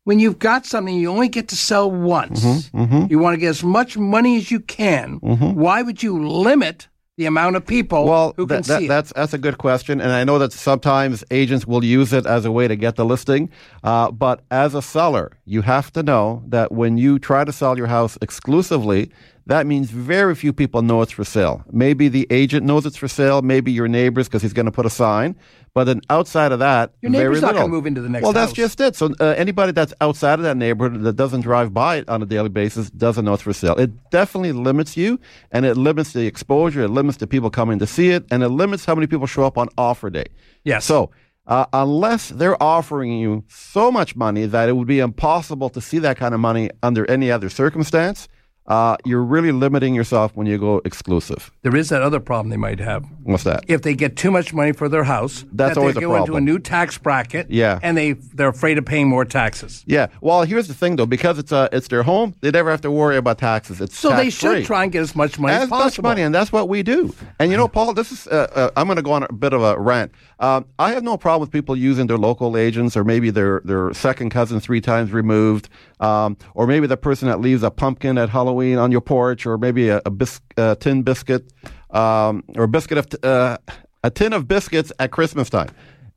Speaker 3: when you've got something you only get to sell once,
Speaker 2: Mm-hmm,
Speaker 3: you want to get as much money as you can. Why would you limit the amount of people
Speaker 2: Well,
Speaker 3: who can
Speaker 2: that, that-
Speaker 3: see
Speaker 2: that's that's a good question, and I know that sometimes agents will use it as a way to get the listing. Uh, but as a seller, you have to know that when you try to sell your house exclusively, that means very few people know it's for sale. Maybe the agent knows it's for sale, maybe your neighbors because he's going to put a sign. But then outside of that,
Speaker 3: Your
Speaker 2: very
Speaker 3: neighbor's not gonna
Speaker 2: little.
Speaker 3: move into the next
Speaker 2: Well, that's
Speaker 3: house.
Speaker 2: just it. So uh, anybody that's outside of that neighborhood that doesn't drive by it on a daily basis doesn't know it's for sale. It definitely limits you, and it limits the exposure. It limits the people coming to see it, and it limits how many people show up on offer day.
Speaker 3: Yes.
Speaker 2: So uh, unless they're offering you so much money that it would be impossible to see that kind of money under any other circumstance, uh, you're really limiting yourself when you go exclusive.
Speaker 3: There is that other problem they might have.
Speaker 2: What's that?
Speaker 3: If they get too much money for their house,
Speaker 2: That's
Speaker 3: that
Speaker 2: always a
Speaker 3: they go into a
Speaker 2: problem.
Speaker 3: new tax bracket,
Speaker 2: Yeah.
Speaker 3: and they they're afraid of paying more taxes.
Speaker 2: Yeah. Well, here's the thing, though, because it's uh, it's their home, they never have to worry about taxes. It's
Speaker 3: So they should
Speaker 2: tax-free.
Speaker 3: try and get as much money as,
Speaker 2: as much
Speaker 3: possible.
Speaker 2: money, and that's what we do. And you know, Paul, this is uh, uh, I'm going to go on a bit of a rant. Um, I have no problem with people using their local agents, or maybe their their second cousin three times removed, um, or maybe the person that leaves a pumpkin at Halloween on your porch, or maybe a, a bis- uh, tin biscuit, um, or a biscuit of t- uh, a tin of biscuits at Christmas time,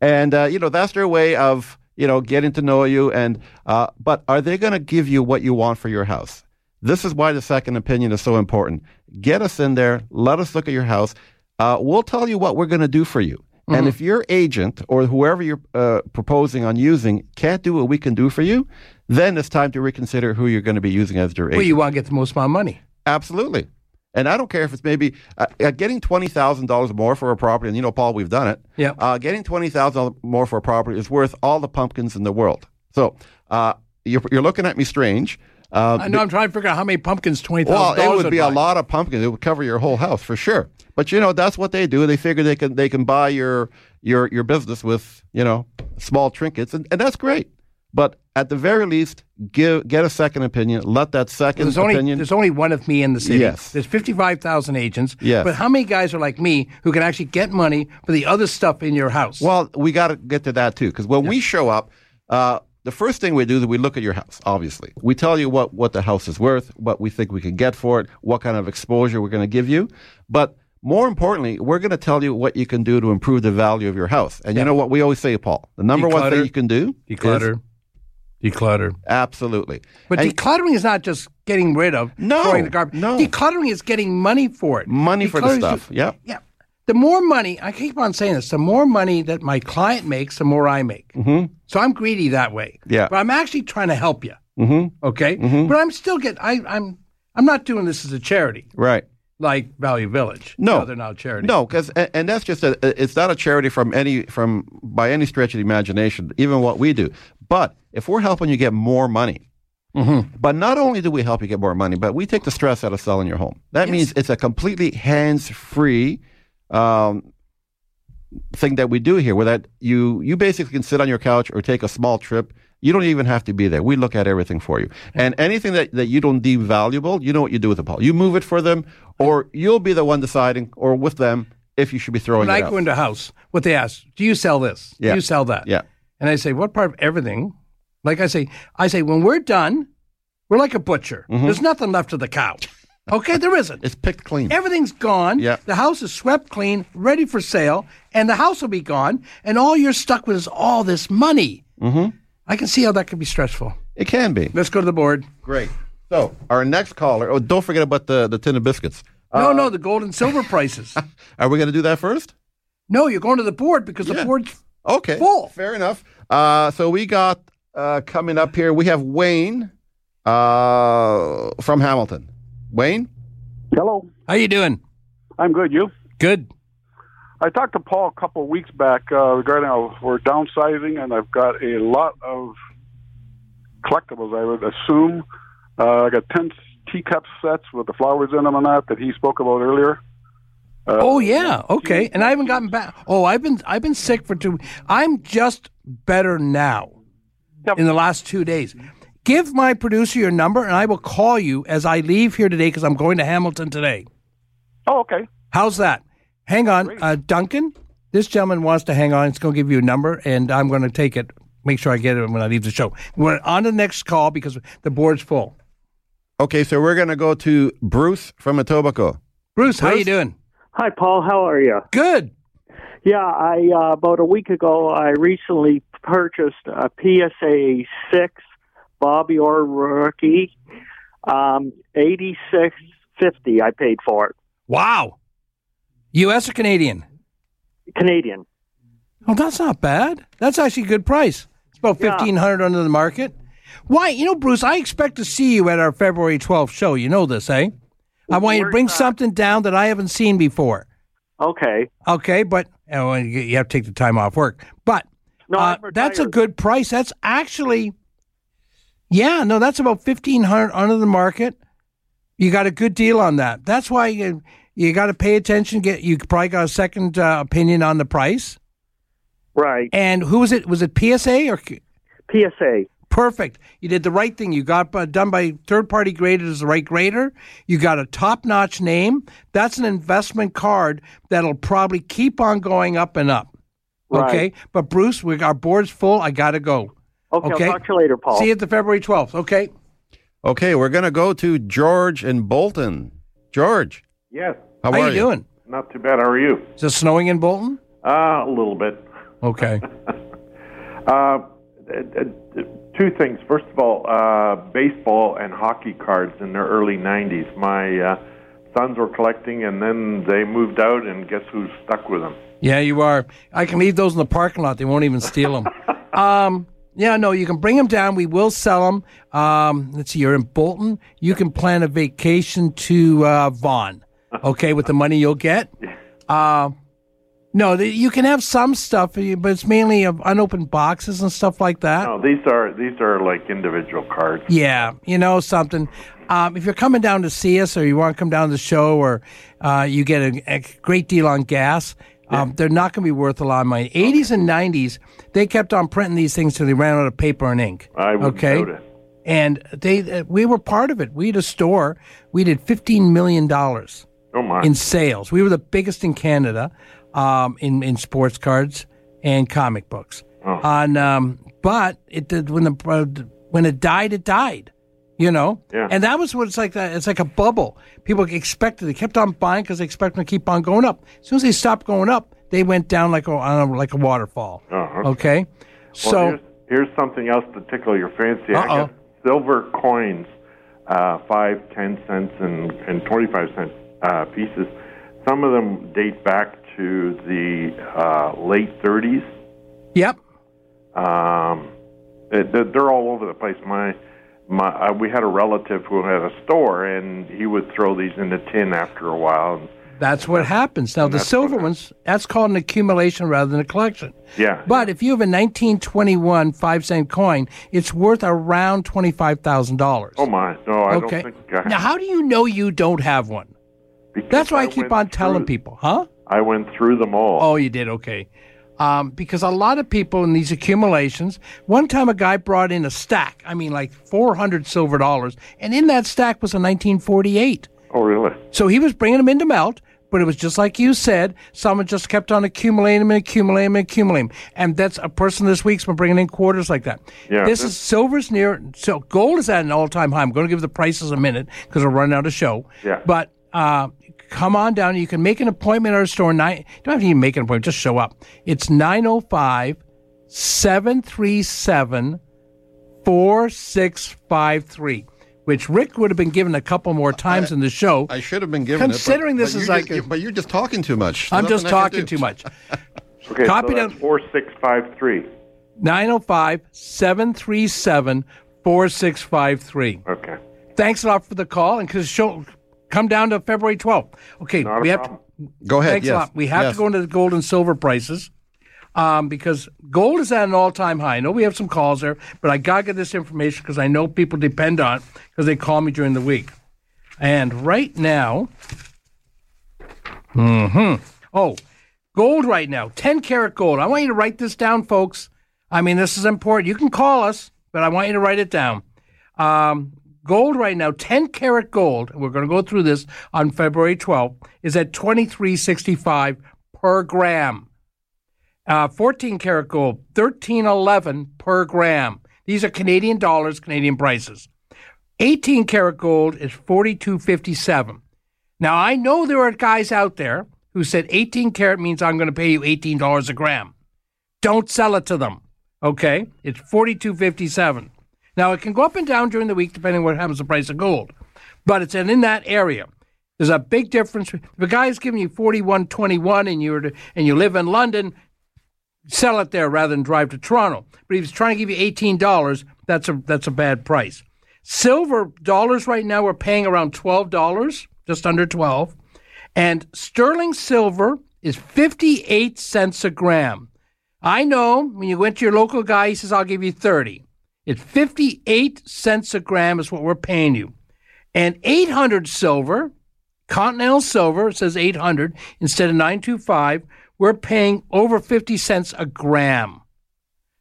Speaker 2: and uh, you know that's their way of you know getting to know you. And uh, but are they going to give you what you want for your house? This is why the second opinion is so important. Get us in there. Let us look at your house. Uh, we'll tell you what we're going to do for you.
Speaker 3: Mm-hmm.
Speaker 2: And if your agent or whoever you're uh, proposing on using can't do what we can do for you, then it's time to reconsider who you're going to be using as your agent.
Speaker 3: Well, you want to get the most amount of money.
Speaker 2: Absolutely. And I don't care if it's maybe uh, uh, getting twenty thousand dollars more for a property, and you know, Paul, we've done it.
Speaker 3: Yeah.
Speaker 2: Uh, getting twenty thousand dollars more for a property is worth all the pumpkins in the world. So uh, you're, you're looking at me strange. Uh,
Speaker 3: I know. I'm trying to figure out how many pumpkins twenty
Speaker 2: well,
Speaker 3: thousand dollars.
Speaker 2: it would be a lot of pumpkins. It would cover your whole house for sure. But you know, that's what they do. They figure they can they can buy your your your business with you know small trinkets, and, and that's great. But at the very least, give get a second opinion. Let that second
Speaker 3: there's only
Speaker 2: opinion.
Speaker 3: there's only one of me in the city.
Speaker 2: Yes.
Speaker 3: There's 55,000 agents.
Speaker 2: Yes.
Speaker 3: But how many guys are like me who can actually get money for the other stuff in your house?
Speaker 2: Well, we got to get to that too, because when we show up, uh, the first thing we do is we look at your house, obviously. We tell you what, what the house is worth, what we think we can get for it, what kind of exposure we're going to give you. But more importantly, we're going to tell you what you can do to improve the value of your house. And you know what we always say, Paul? The number one thing
Speaker 3: Declutter.
Speaker 2: you can do
Speaker 3: Declutter.
Speaker 2: is declutter. Absolutely.
Speaker 3: But
Speaker 2: And-
Speaker 3: decluttering is not just getting rid of
Speaker 2: No,
Speaker 3: throwing the garbage.
Speaker 2: no.
Speaker 3: Decluttering is getting money for it.
Speaker 2: Money for the
Speaker 3: Declutters-
Speaker 2: stuff, yep.
Speaker 3: Yeah. The more money, I keep on saying this, the more money that my client makes, the more I make.
Speaker 2: Mm-hmm.
Speaker 3: So I'm greedy that way.
Speaker 2: Yeah.
Speaker 3: But I'm actually trying to help you.
Speaker 2: Mm-hmm.
Speaker 3: Okay. But I'm still getting, I, I'm, I'm not doing this as a charity
Speaker 2: Right.
Speaker 3: like Value Village.
Speaker 2: No.
Speaker 3: they're not a charity.
Speaker 2: No, because and, and that's just a, it's not a charity from any from by any stretch of the imagination. Even what we do, but if we're helping you get more money, but not only do we help you get more money, but we take the stress out of selling your home. That means it's a completely hands-free um, thing that we do here, where that you you basically can sit on your couch or take a small trip. You don't even have to be there. We look at everything for you. And anything that, that you don't deem valuable, you know what you do with it, Paul. You move it for them, or you'll be the one deciding, or with them, if you should be throwing
Speaker 3: When I
Speaker 2: it out.
Speaker 3: go into a house, what they ask, do you sell this?
Speaker 2: Yeah.
Speaker 3: Do you sell that?
Speaker 2: Yeah.
Speaker 3: And I say, what part of everything? Like I say, I say, when we're done, we're like a butcher. There's nothing left of the cow. Okay, there isn't.
Speaker 2: Mm-hmm. it's picked clean.
Speaker 3: Everything's gone.
Speaker 2: Yeah.
Speaker 3: The house is swept clean, ready for sale, and the house will be gone, and all you're stuck with is all this money.
Speaker 2: Mm-hmm.
Speaker 3: I can see how that could be stressful.
Speaker 2: It can be.
Speaker 3: Let's go to the board.
Speaker 2: Great. So our next caller. Oh, don't forget about the the tin of biscuits. Uh,
Speaker 3: no, Oh, no, the gold and silver prices.
Speaker 2: Are we going to do that first?
Speaker 3: No, you're going to the board because the board's
Speaker 2: okay.
Speaker 3: full.
Speaker 2: Fair enough. Uh, so we got uh, coming up here. We have Wayne uh, from Hamilton. Wayne.
Speaker 12: Hello.
Speaker 3: How you doing?
Speaker 12: I'm good. You?
Speaker 3: Good.
Speaker 12: I talked to Paul a couple of weeks back uh, regarding how we're downsizing, and I've got a lot of collectibles. I would assume uh, I got ten teacup sets with the flowers in them and that that he spoke about earlier. Uh,
Speaker 3: oh yeah, okay. And I haven't gotten back. Oh, I've been I've been sick for two. I'm just better now. In the last two days, give my producer your number, and I will call you as I leave here today because I'm going to Hamilton today.
Speaker 12: Oh, okay.
Speaker 3: How's that? Hang on, uh, Duncan. This gentleman wants to hang on. He's going to give you a number, and I'm going to take it. Make sure I get it when I leave the show. We're on to the next call because the board's full.
Speaker 2: Okay, so we're going to go to Bruce from Etobicoke.
Speaker 3: Bruce, how you doing?
Speaker 13: Hi, Paul. How are you?
Speaker 3: Good.
Speaker 13: Yeah, I uh, about a week ago, I recently purchased a PSA six Bobby Orr rookie, um, eighty six fifty. I paid for it.
Speaker 3: Wow. U.S. or Canadian?
Speaker 13: Canadian.
Speaker 3: Oh, that's not bad. That's actually a good price. It's about
Speaker 13: Yeah.
Speaker 3: fifteen hundred under the market. Why? You know, Bruce, I expect to see you at our February twelfth show. You know this, eh? I want you to bring something down that I haven't seen before.
Speaker 13: Okay.
Speaker 3: Okay, but oh, and you you have to take the time off work. But uh, that's a good price. That's actually, yeah, no, that's about fifteen hundred under the market. You got a good deal on that. That's why you you got to pay attention. Get you probably got a second uh, opinion on the price.
Speaker 13: Right.
Speaker 3: And who was it? Was it PSA or Q-
Speaker 13: PSA?
Speaker 3: Perfect. You did the right thing. You got uh, done by third party graded as the right grader. You got a top notch name. That's an investment card that'll probably keep on going up and up.
Speaker 13: Right.
Speaker 3: Okay. But Bruce, we our board's full. I gotta go.
Speaker 13: Okay, I'll talk to you later, Paul.
Speaker 3: See you at the February twelfth. Okay.
Speaker 2: Okay, we're going to go to George in Bolton. George,
Speaker 14: Yes.
Speaker 2: how, are you?
Speaker 3: doing?
Speaker 14: Not too bad. How are you?
Speaker 3: Is it snowing in Bolton?
Speaker 14: Uh, a little bit.
Speaker 3: Okay.
Speaker 14: Uh, uh, uh, two things. First of all, uh, baseball and hockey cards in their early 90s. My uh, sons were collecting, and then they moved out, and guess who's stuck with them?
Speaker 3: Yeah, you are. I can leave those in the parking lot. They won't even steal them. um, yeah, no, you can bring them down. We will sell them. Um, let's see, you're in Bolton. You can plan a vacation to uh, Vaughan, okay, with the money you'll get. Uh, no, the, you can have some stuff, but it's mainly of unopened boxes and stuff like that.
Speaker 14: No, Oh, these are these are like individual cards.
Speaker 3: Yeah, you know something. Um, if you're coming down to see us, or you want to come down to the show, or uh, you get a, a great deal on gas, um, they're not going to be worth a lot of money. 80s and 90s, they kept on printing these things till they ran out of paper and ink.
Speaker 14: I would
Speaker 3: okay,
Speaker 14: notice.
Speaker 3: and they uh, we were part of it. We had a store. We did 15 million dollars
Speaker 14: Oh my!
Speaker 3: in sales. We were the biggest in Canada um, in in sports cards and comic books. On um, But it did when the uh, when it died, it died. You know,
Speaker 15: Yeah.
Speaker 3: and that was what it's like. That it's like a bubble. People expected they kept on buying because they expected them to keep on going up. As soon as they stopped going up, they went down like a on a- like a waterfall.
Speaker 14: Oh, okay.
Speaker 3: Okay,
Speaker 14: Well,
Speaker 3: so
Speaker 14: here's, here's something else to tickle your fancy. I got silver coins, uh, five, ten cents, and and twenty-five cent uh, pieces. Some of them date back to the uh, late '30s.
Speaker 3: Yep.
Speaker 14: Um, they- they're they're all over the place. My my, uh, we had a relative who had a store, and he would throw these in the tin after a while. And,
Speaker 3: that's what happens. Now the
Speaker 14: that's
Speaker 3: silver ones, that's called an accumulation rather than a collection.
Speaker 14: yeah,
Speaker 3: But if you have a 1921 five cent coin, it's worth around twenty five thousand dollars.
Speaker 14: Oh my! No, I
Speaker 3: Okay.
Speaker 14: don't think. I,
Speaker 3: Now, how do you know you don't have one? That's why I, keep on telling people, huh?
Speaker 14: I went through them all.
Speaker 3: Oh, you did okay. Um, because a lot of people in these accumulations, one time a guy brought in a stack. I mean, like four hundred silver dollars, and in that stack was a 1948.
Speaker 14: Oh, really?
Speaker 3: So he was bringing them in to melt, but it was just like you said. Someone just kept on accumulating them and accumulating them and accumulating. 'em. And that's a person this week's been bringing in quarters like that.
Speaker 15: Yeah.
Speaker 3: This is silver's near. So gold is at an all time high. I'm going to give the prices a minute because we're running out of show.
Speaker 15: Yeah.
Speaker 3: But uh, come on down. You can make an appointment at our store. Nine. You don't have to even make an appointment. Just show up. It's 905 737 4653, which Rick would have been given a couple more times in the show. I
Speaker 2: should have been given it, but-
Speaker 3: Considering
Speaker 2: but
Speaker 3: this
Speaker 2: you
Speaker 3: is
Speaker 2: just-
Speaker 3: like. a-
Speaker 2: you- but you're just talking too much.
Speaker 3: I'm
Speaker 2: There's
Speaker 3: just
Speaker 2: nothing I can
Speaker 3: talking
Speaker 2: do.
Speaker 3: too much.
Speaker 14: Okay,
Speaker 3: Copy
Speaker 14: so that's four six five three.
Speaker 3: 905 737 4653.
Speaker 14: Okay.
Speaker 3: Thanks a lot for the call and because show come down to February 12th. Okay, we have to,
Speaker 2: Go ahead,
Speaker 3: Thanks
Speaker 2: yes,
Speaker 3: a lot. We have
Speaker 2: yes.
Speaker 3: to go into the gold and silver prices um, because gold is at an all time high. I know we have some calls there, but I got to get this information because I know people depend on it because they call me during the week. And right now, hmm oh, gold right now, 10 karat gold. I want you to write this down, folks. I mean, this is important. You can call us, but I want you to write it down. Um, gold right now, 10 karat gold, and we're going to go through this on February 12th, is at 2365 per gram. Uh, 14 karat gold, 1311 per gram. These are Canadian dollars, Canadian prices. 18 karat gold is 4257. Now I know there are guys out there who said 18 karat means I'm going to pay you $18 a gram. Don't sell it to them. Okay? It's 42.57. Now it can go up and down during the week depending on what happens to the price of gold. But it's in in that area. There's a big difference. If a guy's giving you 41.21 and you're to, and you live in London, sell it there rather than drive to Toronto. But if he's trying to give you eighteen dollars, that's a that's a bad price. Silver dollars right now we're paying around twelve dollars, just under twelve, and sterling silver is fifty eight cents a gram. I know when you went to your local guy, he says I'll give you thirty. It's fifty eight cents a gram is what we're paying you, and eight hundred silver Continental Silver says 800 instead of 925. We're paying over 50 cents a gram.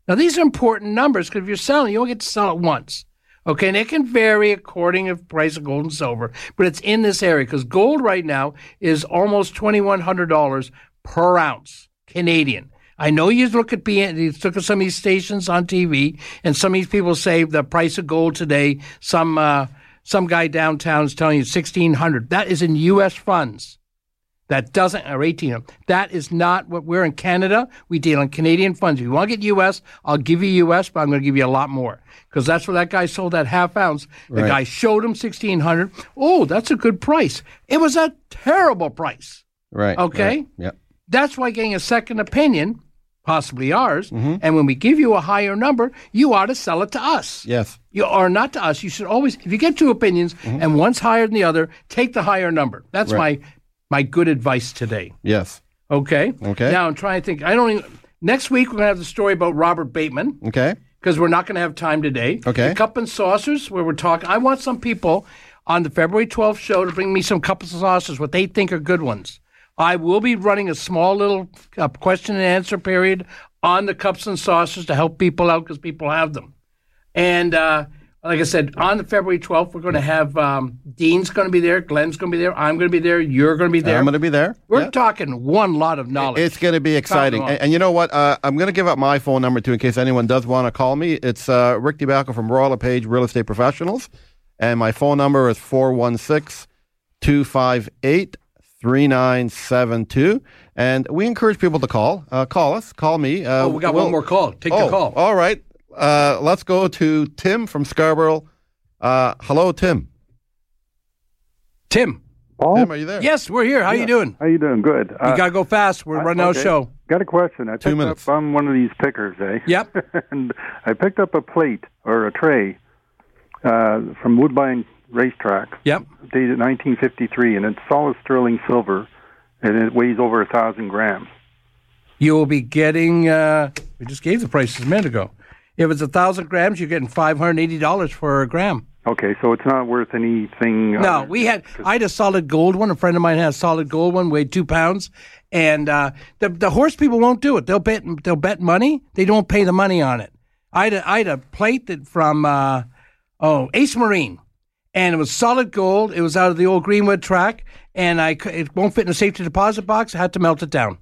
Speaker 3: Now, these are important numbers because if you're selling, you only get to sell it once. Okay, and it can vary according to the price of gold and silver, but it's in this area because gold right now is almost $2,100 per ounce Canadian. I know you look at BN, you look at some of these stations on TV, and some of these people say the price of gold today. Some uh, some guy downtown is telling you sixteen hundred. That is in U.S. funds. That doesn't, or 18. That is not what we're in Canada. We deal in Canadian funds. If you want to get US, I'll give you US, but I'm going to give you a lot more because that's where that guy sold that half ounce. The
Speaker 15: Right.
Speaker 3: guy showed him 1600. Oh, that's a good price. It was a terrible price.
Speaker 2: Right.
Speaker 3: Okay.
Speaker 2: right, yeah.
Speaker 3: That's why getting a second opinion, possibly ours, and when we give you a higher number, you ought to sell it to us.
Speaker 2: Yes.
Speaker 3: You are not to us. You should always, if you get two opinions and one's higher than the other, take the higher number. That's
Speaker 2: Right.
Speaker 3: my my good advice today.
Speaker 2: Yes.
Speaker 3: Okay.
Speaker 2: Okay.
Speaker 3: Now I'm trying to think. I don't. Even, next week we're gonna have the story about Robert Bateman
Speaker 2: Okay.
Speaker 3: because we're not going to have time today.
Speaker 2: Okay.
Speaker 3: The cup and saucers, where we're talking. I want some people on the February 12th show to bring me some cup and saucers, what they think are good ones. I will be running a small little uh, question and answer period on the cups and saucers to help people out because people have them. And uh, like I said, on the February 12th, we're going to have um, Dean's going to be there, Glenn's going to be there, I'm going to be there, you're going to be there.
Speaker 2: I'm going to be there.
Speaker 3: We're talking one lot of knowledge.
Speaker 2: It's going to be exciting.
Speaker 3: Talking
Speaker 2: And, and you know what? Uh, I'm going to give out my phone number too in case anyone does want to call me. It's uh, Rick DeBacco from Royal LePage Real Estate Professionals. And my phone number is 416 258 3972. And we encourage people to call. Uh, call us. Call me. Uh,
Speaker 3: oh, we got
Speaker 2: we'll-
Speaker 3: one more call. Take
Speaker 2: oh,
Speaker 3: the call.
Speaker 2: All right. Uh, let's go to Tim from Scarborough. Uh, hello, Tim.
Speaker 3: Tim.
Speaker 15: Paul?
Speaker 2: Tim, are you there?
Speaker 3: Oh. Yes, we're here. How you doing?
Speaker 15: How you doing? Good.
Speaker 3: You gotta go fast. We're running out of show.
Speaker 15: Uh, Got a question. I picked
Speaker 3: minutes.
Speaker 15: up. I'm one of these pickers, eh?
Speaker 3: Yep.
Speaker 15: and I picked up a plate or a tray uh, from Woodbine Racetrack.
Speaker 3: Yep.
Speaker 15: Dated 1953, and it's solid sterling silver, and it weighs over a thousand grams.
Speaker 3: You will be getting. Uh, we just gave the prices a minute ago. If it's a thousand grams, you're getting five hundred eighty dollars for a gram.
Speaker 15: Okay, so it's not worth anything. uh,
Speaker 3: No, we had. I had a solid gold one. A friend of mine had a solid gold one, weighed two pounds, and uh, the the horse people won't do it. They'll bet. They'll bet money. They don't pay the money on it. I had a, I had a plate that from uh, oh Ace Marine, and it was solid gold. It was out of the old Greenwood track, and I cou- it won't fit in a safety deposit box. I had to melt it down.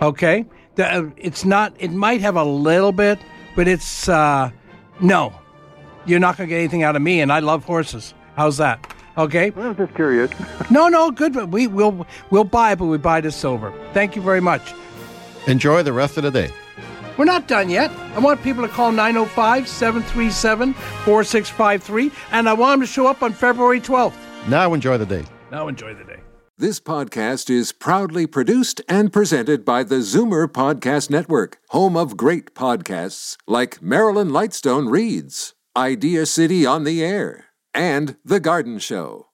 Speaker 3: Okay, the, uh, it's not. It might have a little bit, but it's uh, no. You're not going to get anything out of me, and I love horses. How's that? Okay.
Speaker 15: I'm just curious.
Speaker 3: no, no, good. but We will we'll buy, but we buy the silver. Thank you very much.
Speaker 2: Enjoy the rest of the day.
Speaker 3: We're not done yet. I want people to call 905 737 4653, and I want them to show up on February 12th.
Speaker 2: Now enjoy the day.
Speaker 3: Now enjoy the day.
Speaker 1: This podcast is proudly produced and presented by the Zoomer Podcast Network, home of great podcasts like Marilyn Lightstone Reads, Idea City on the Air, and The Garden Show.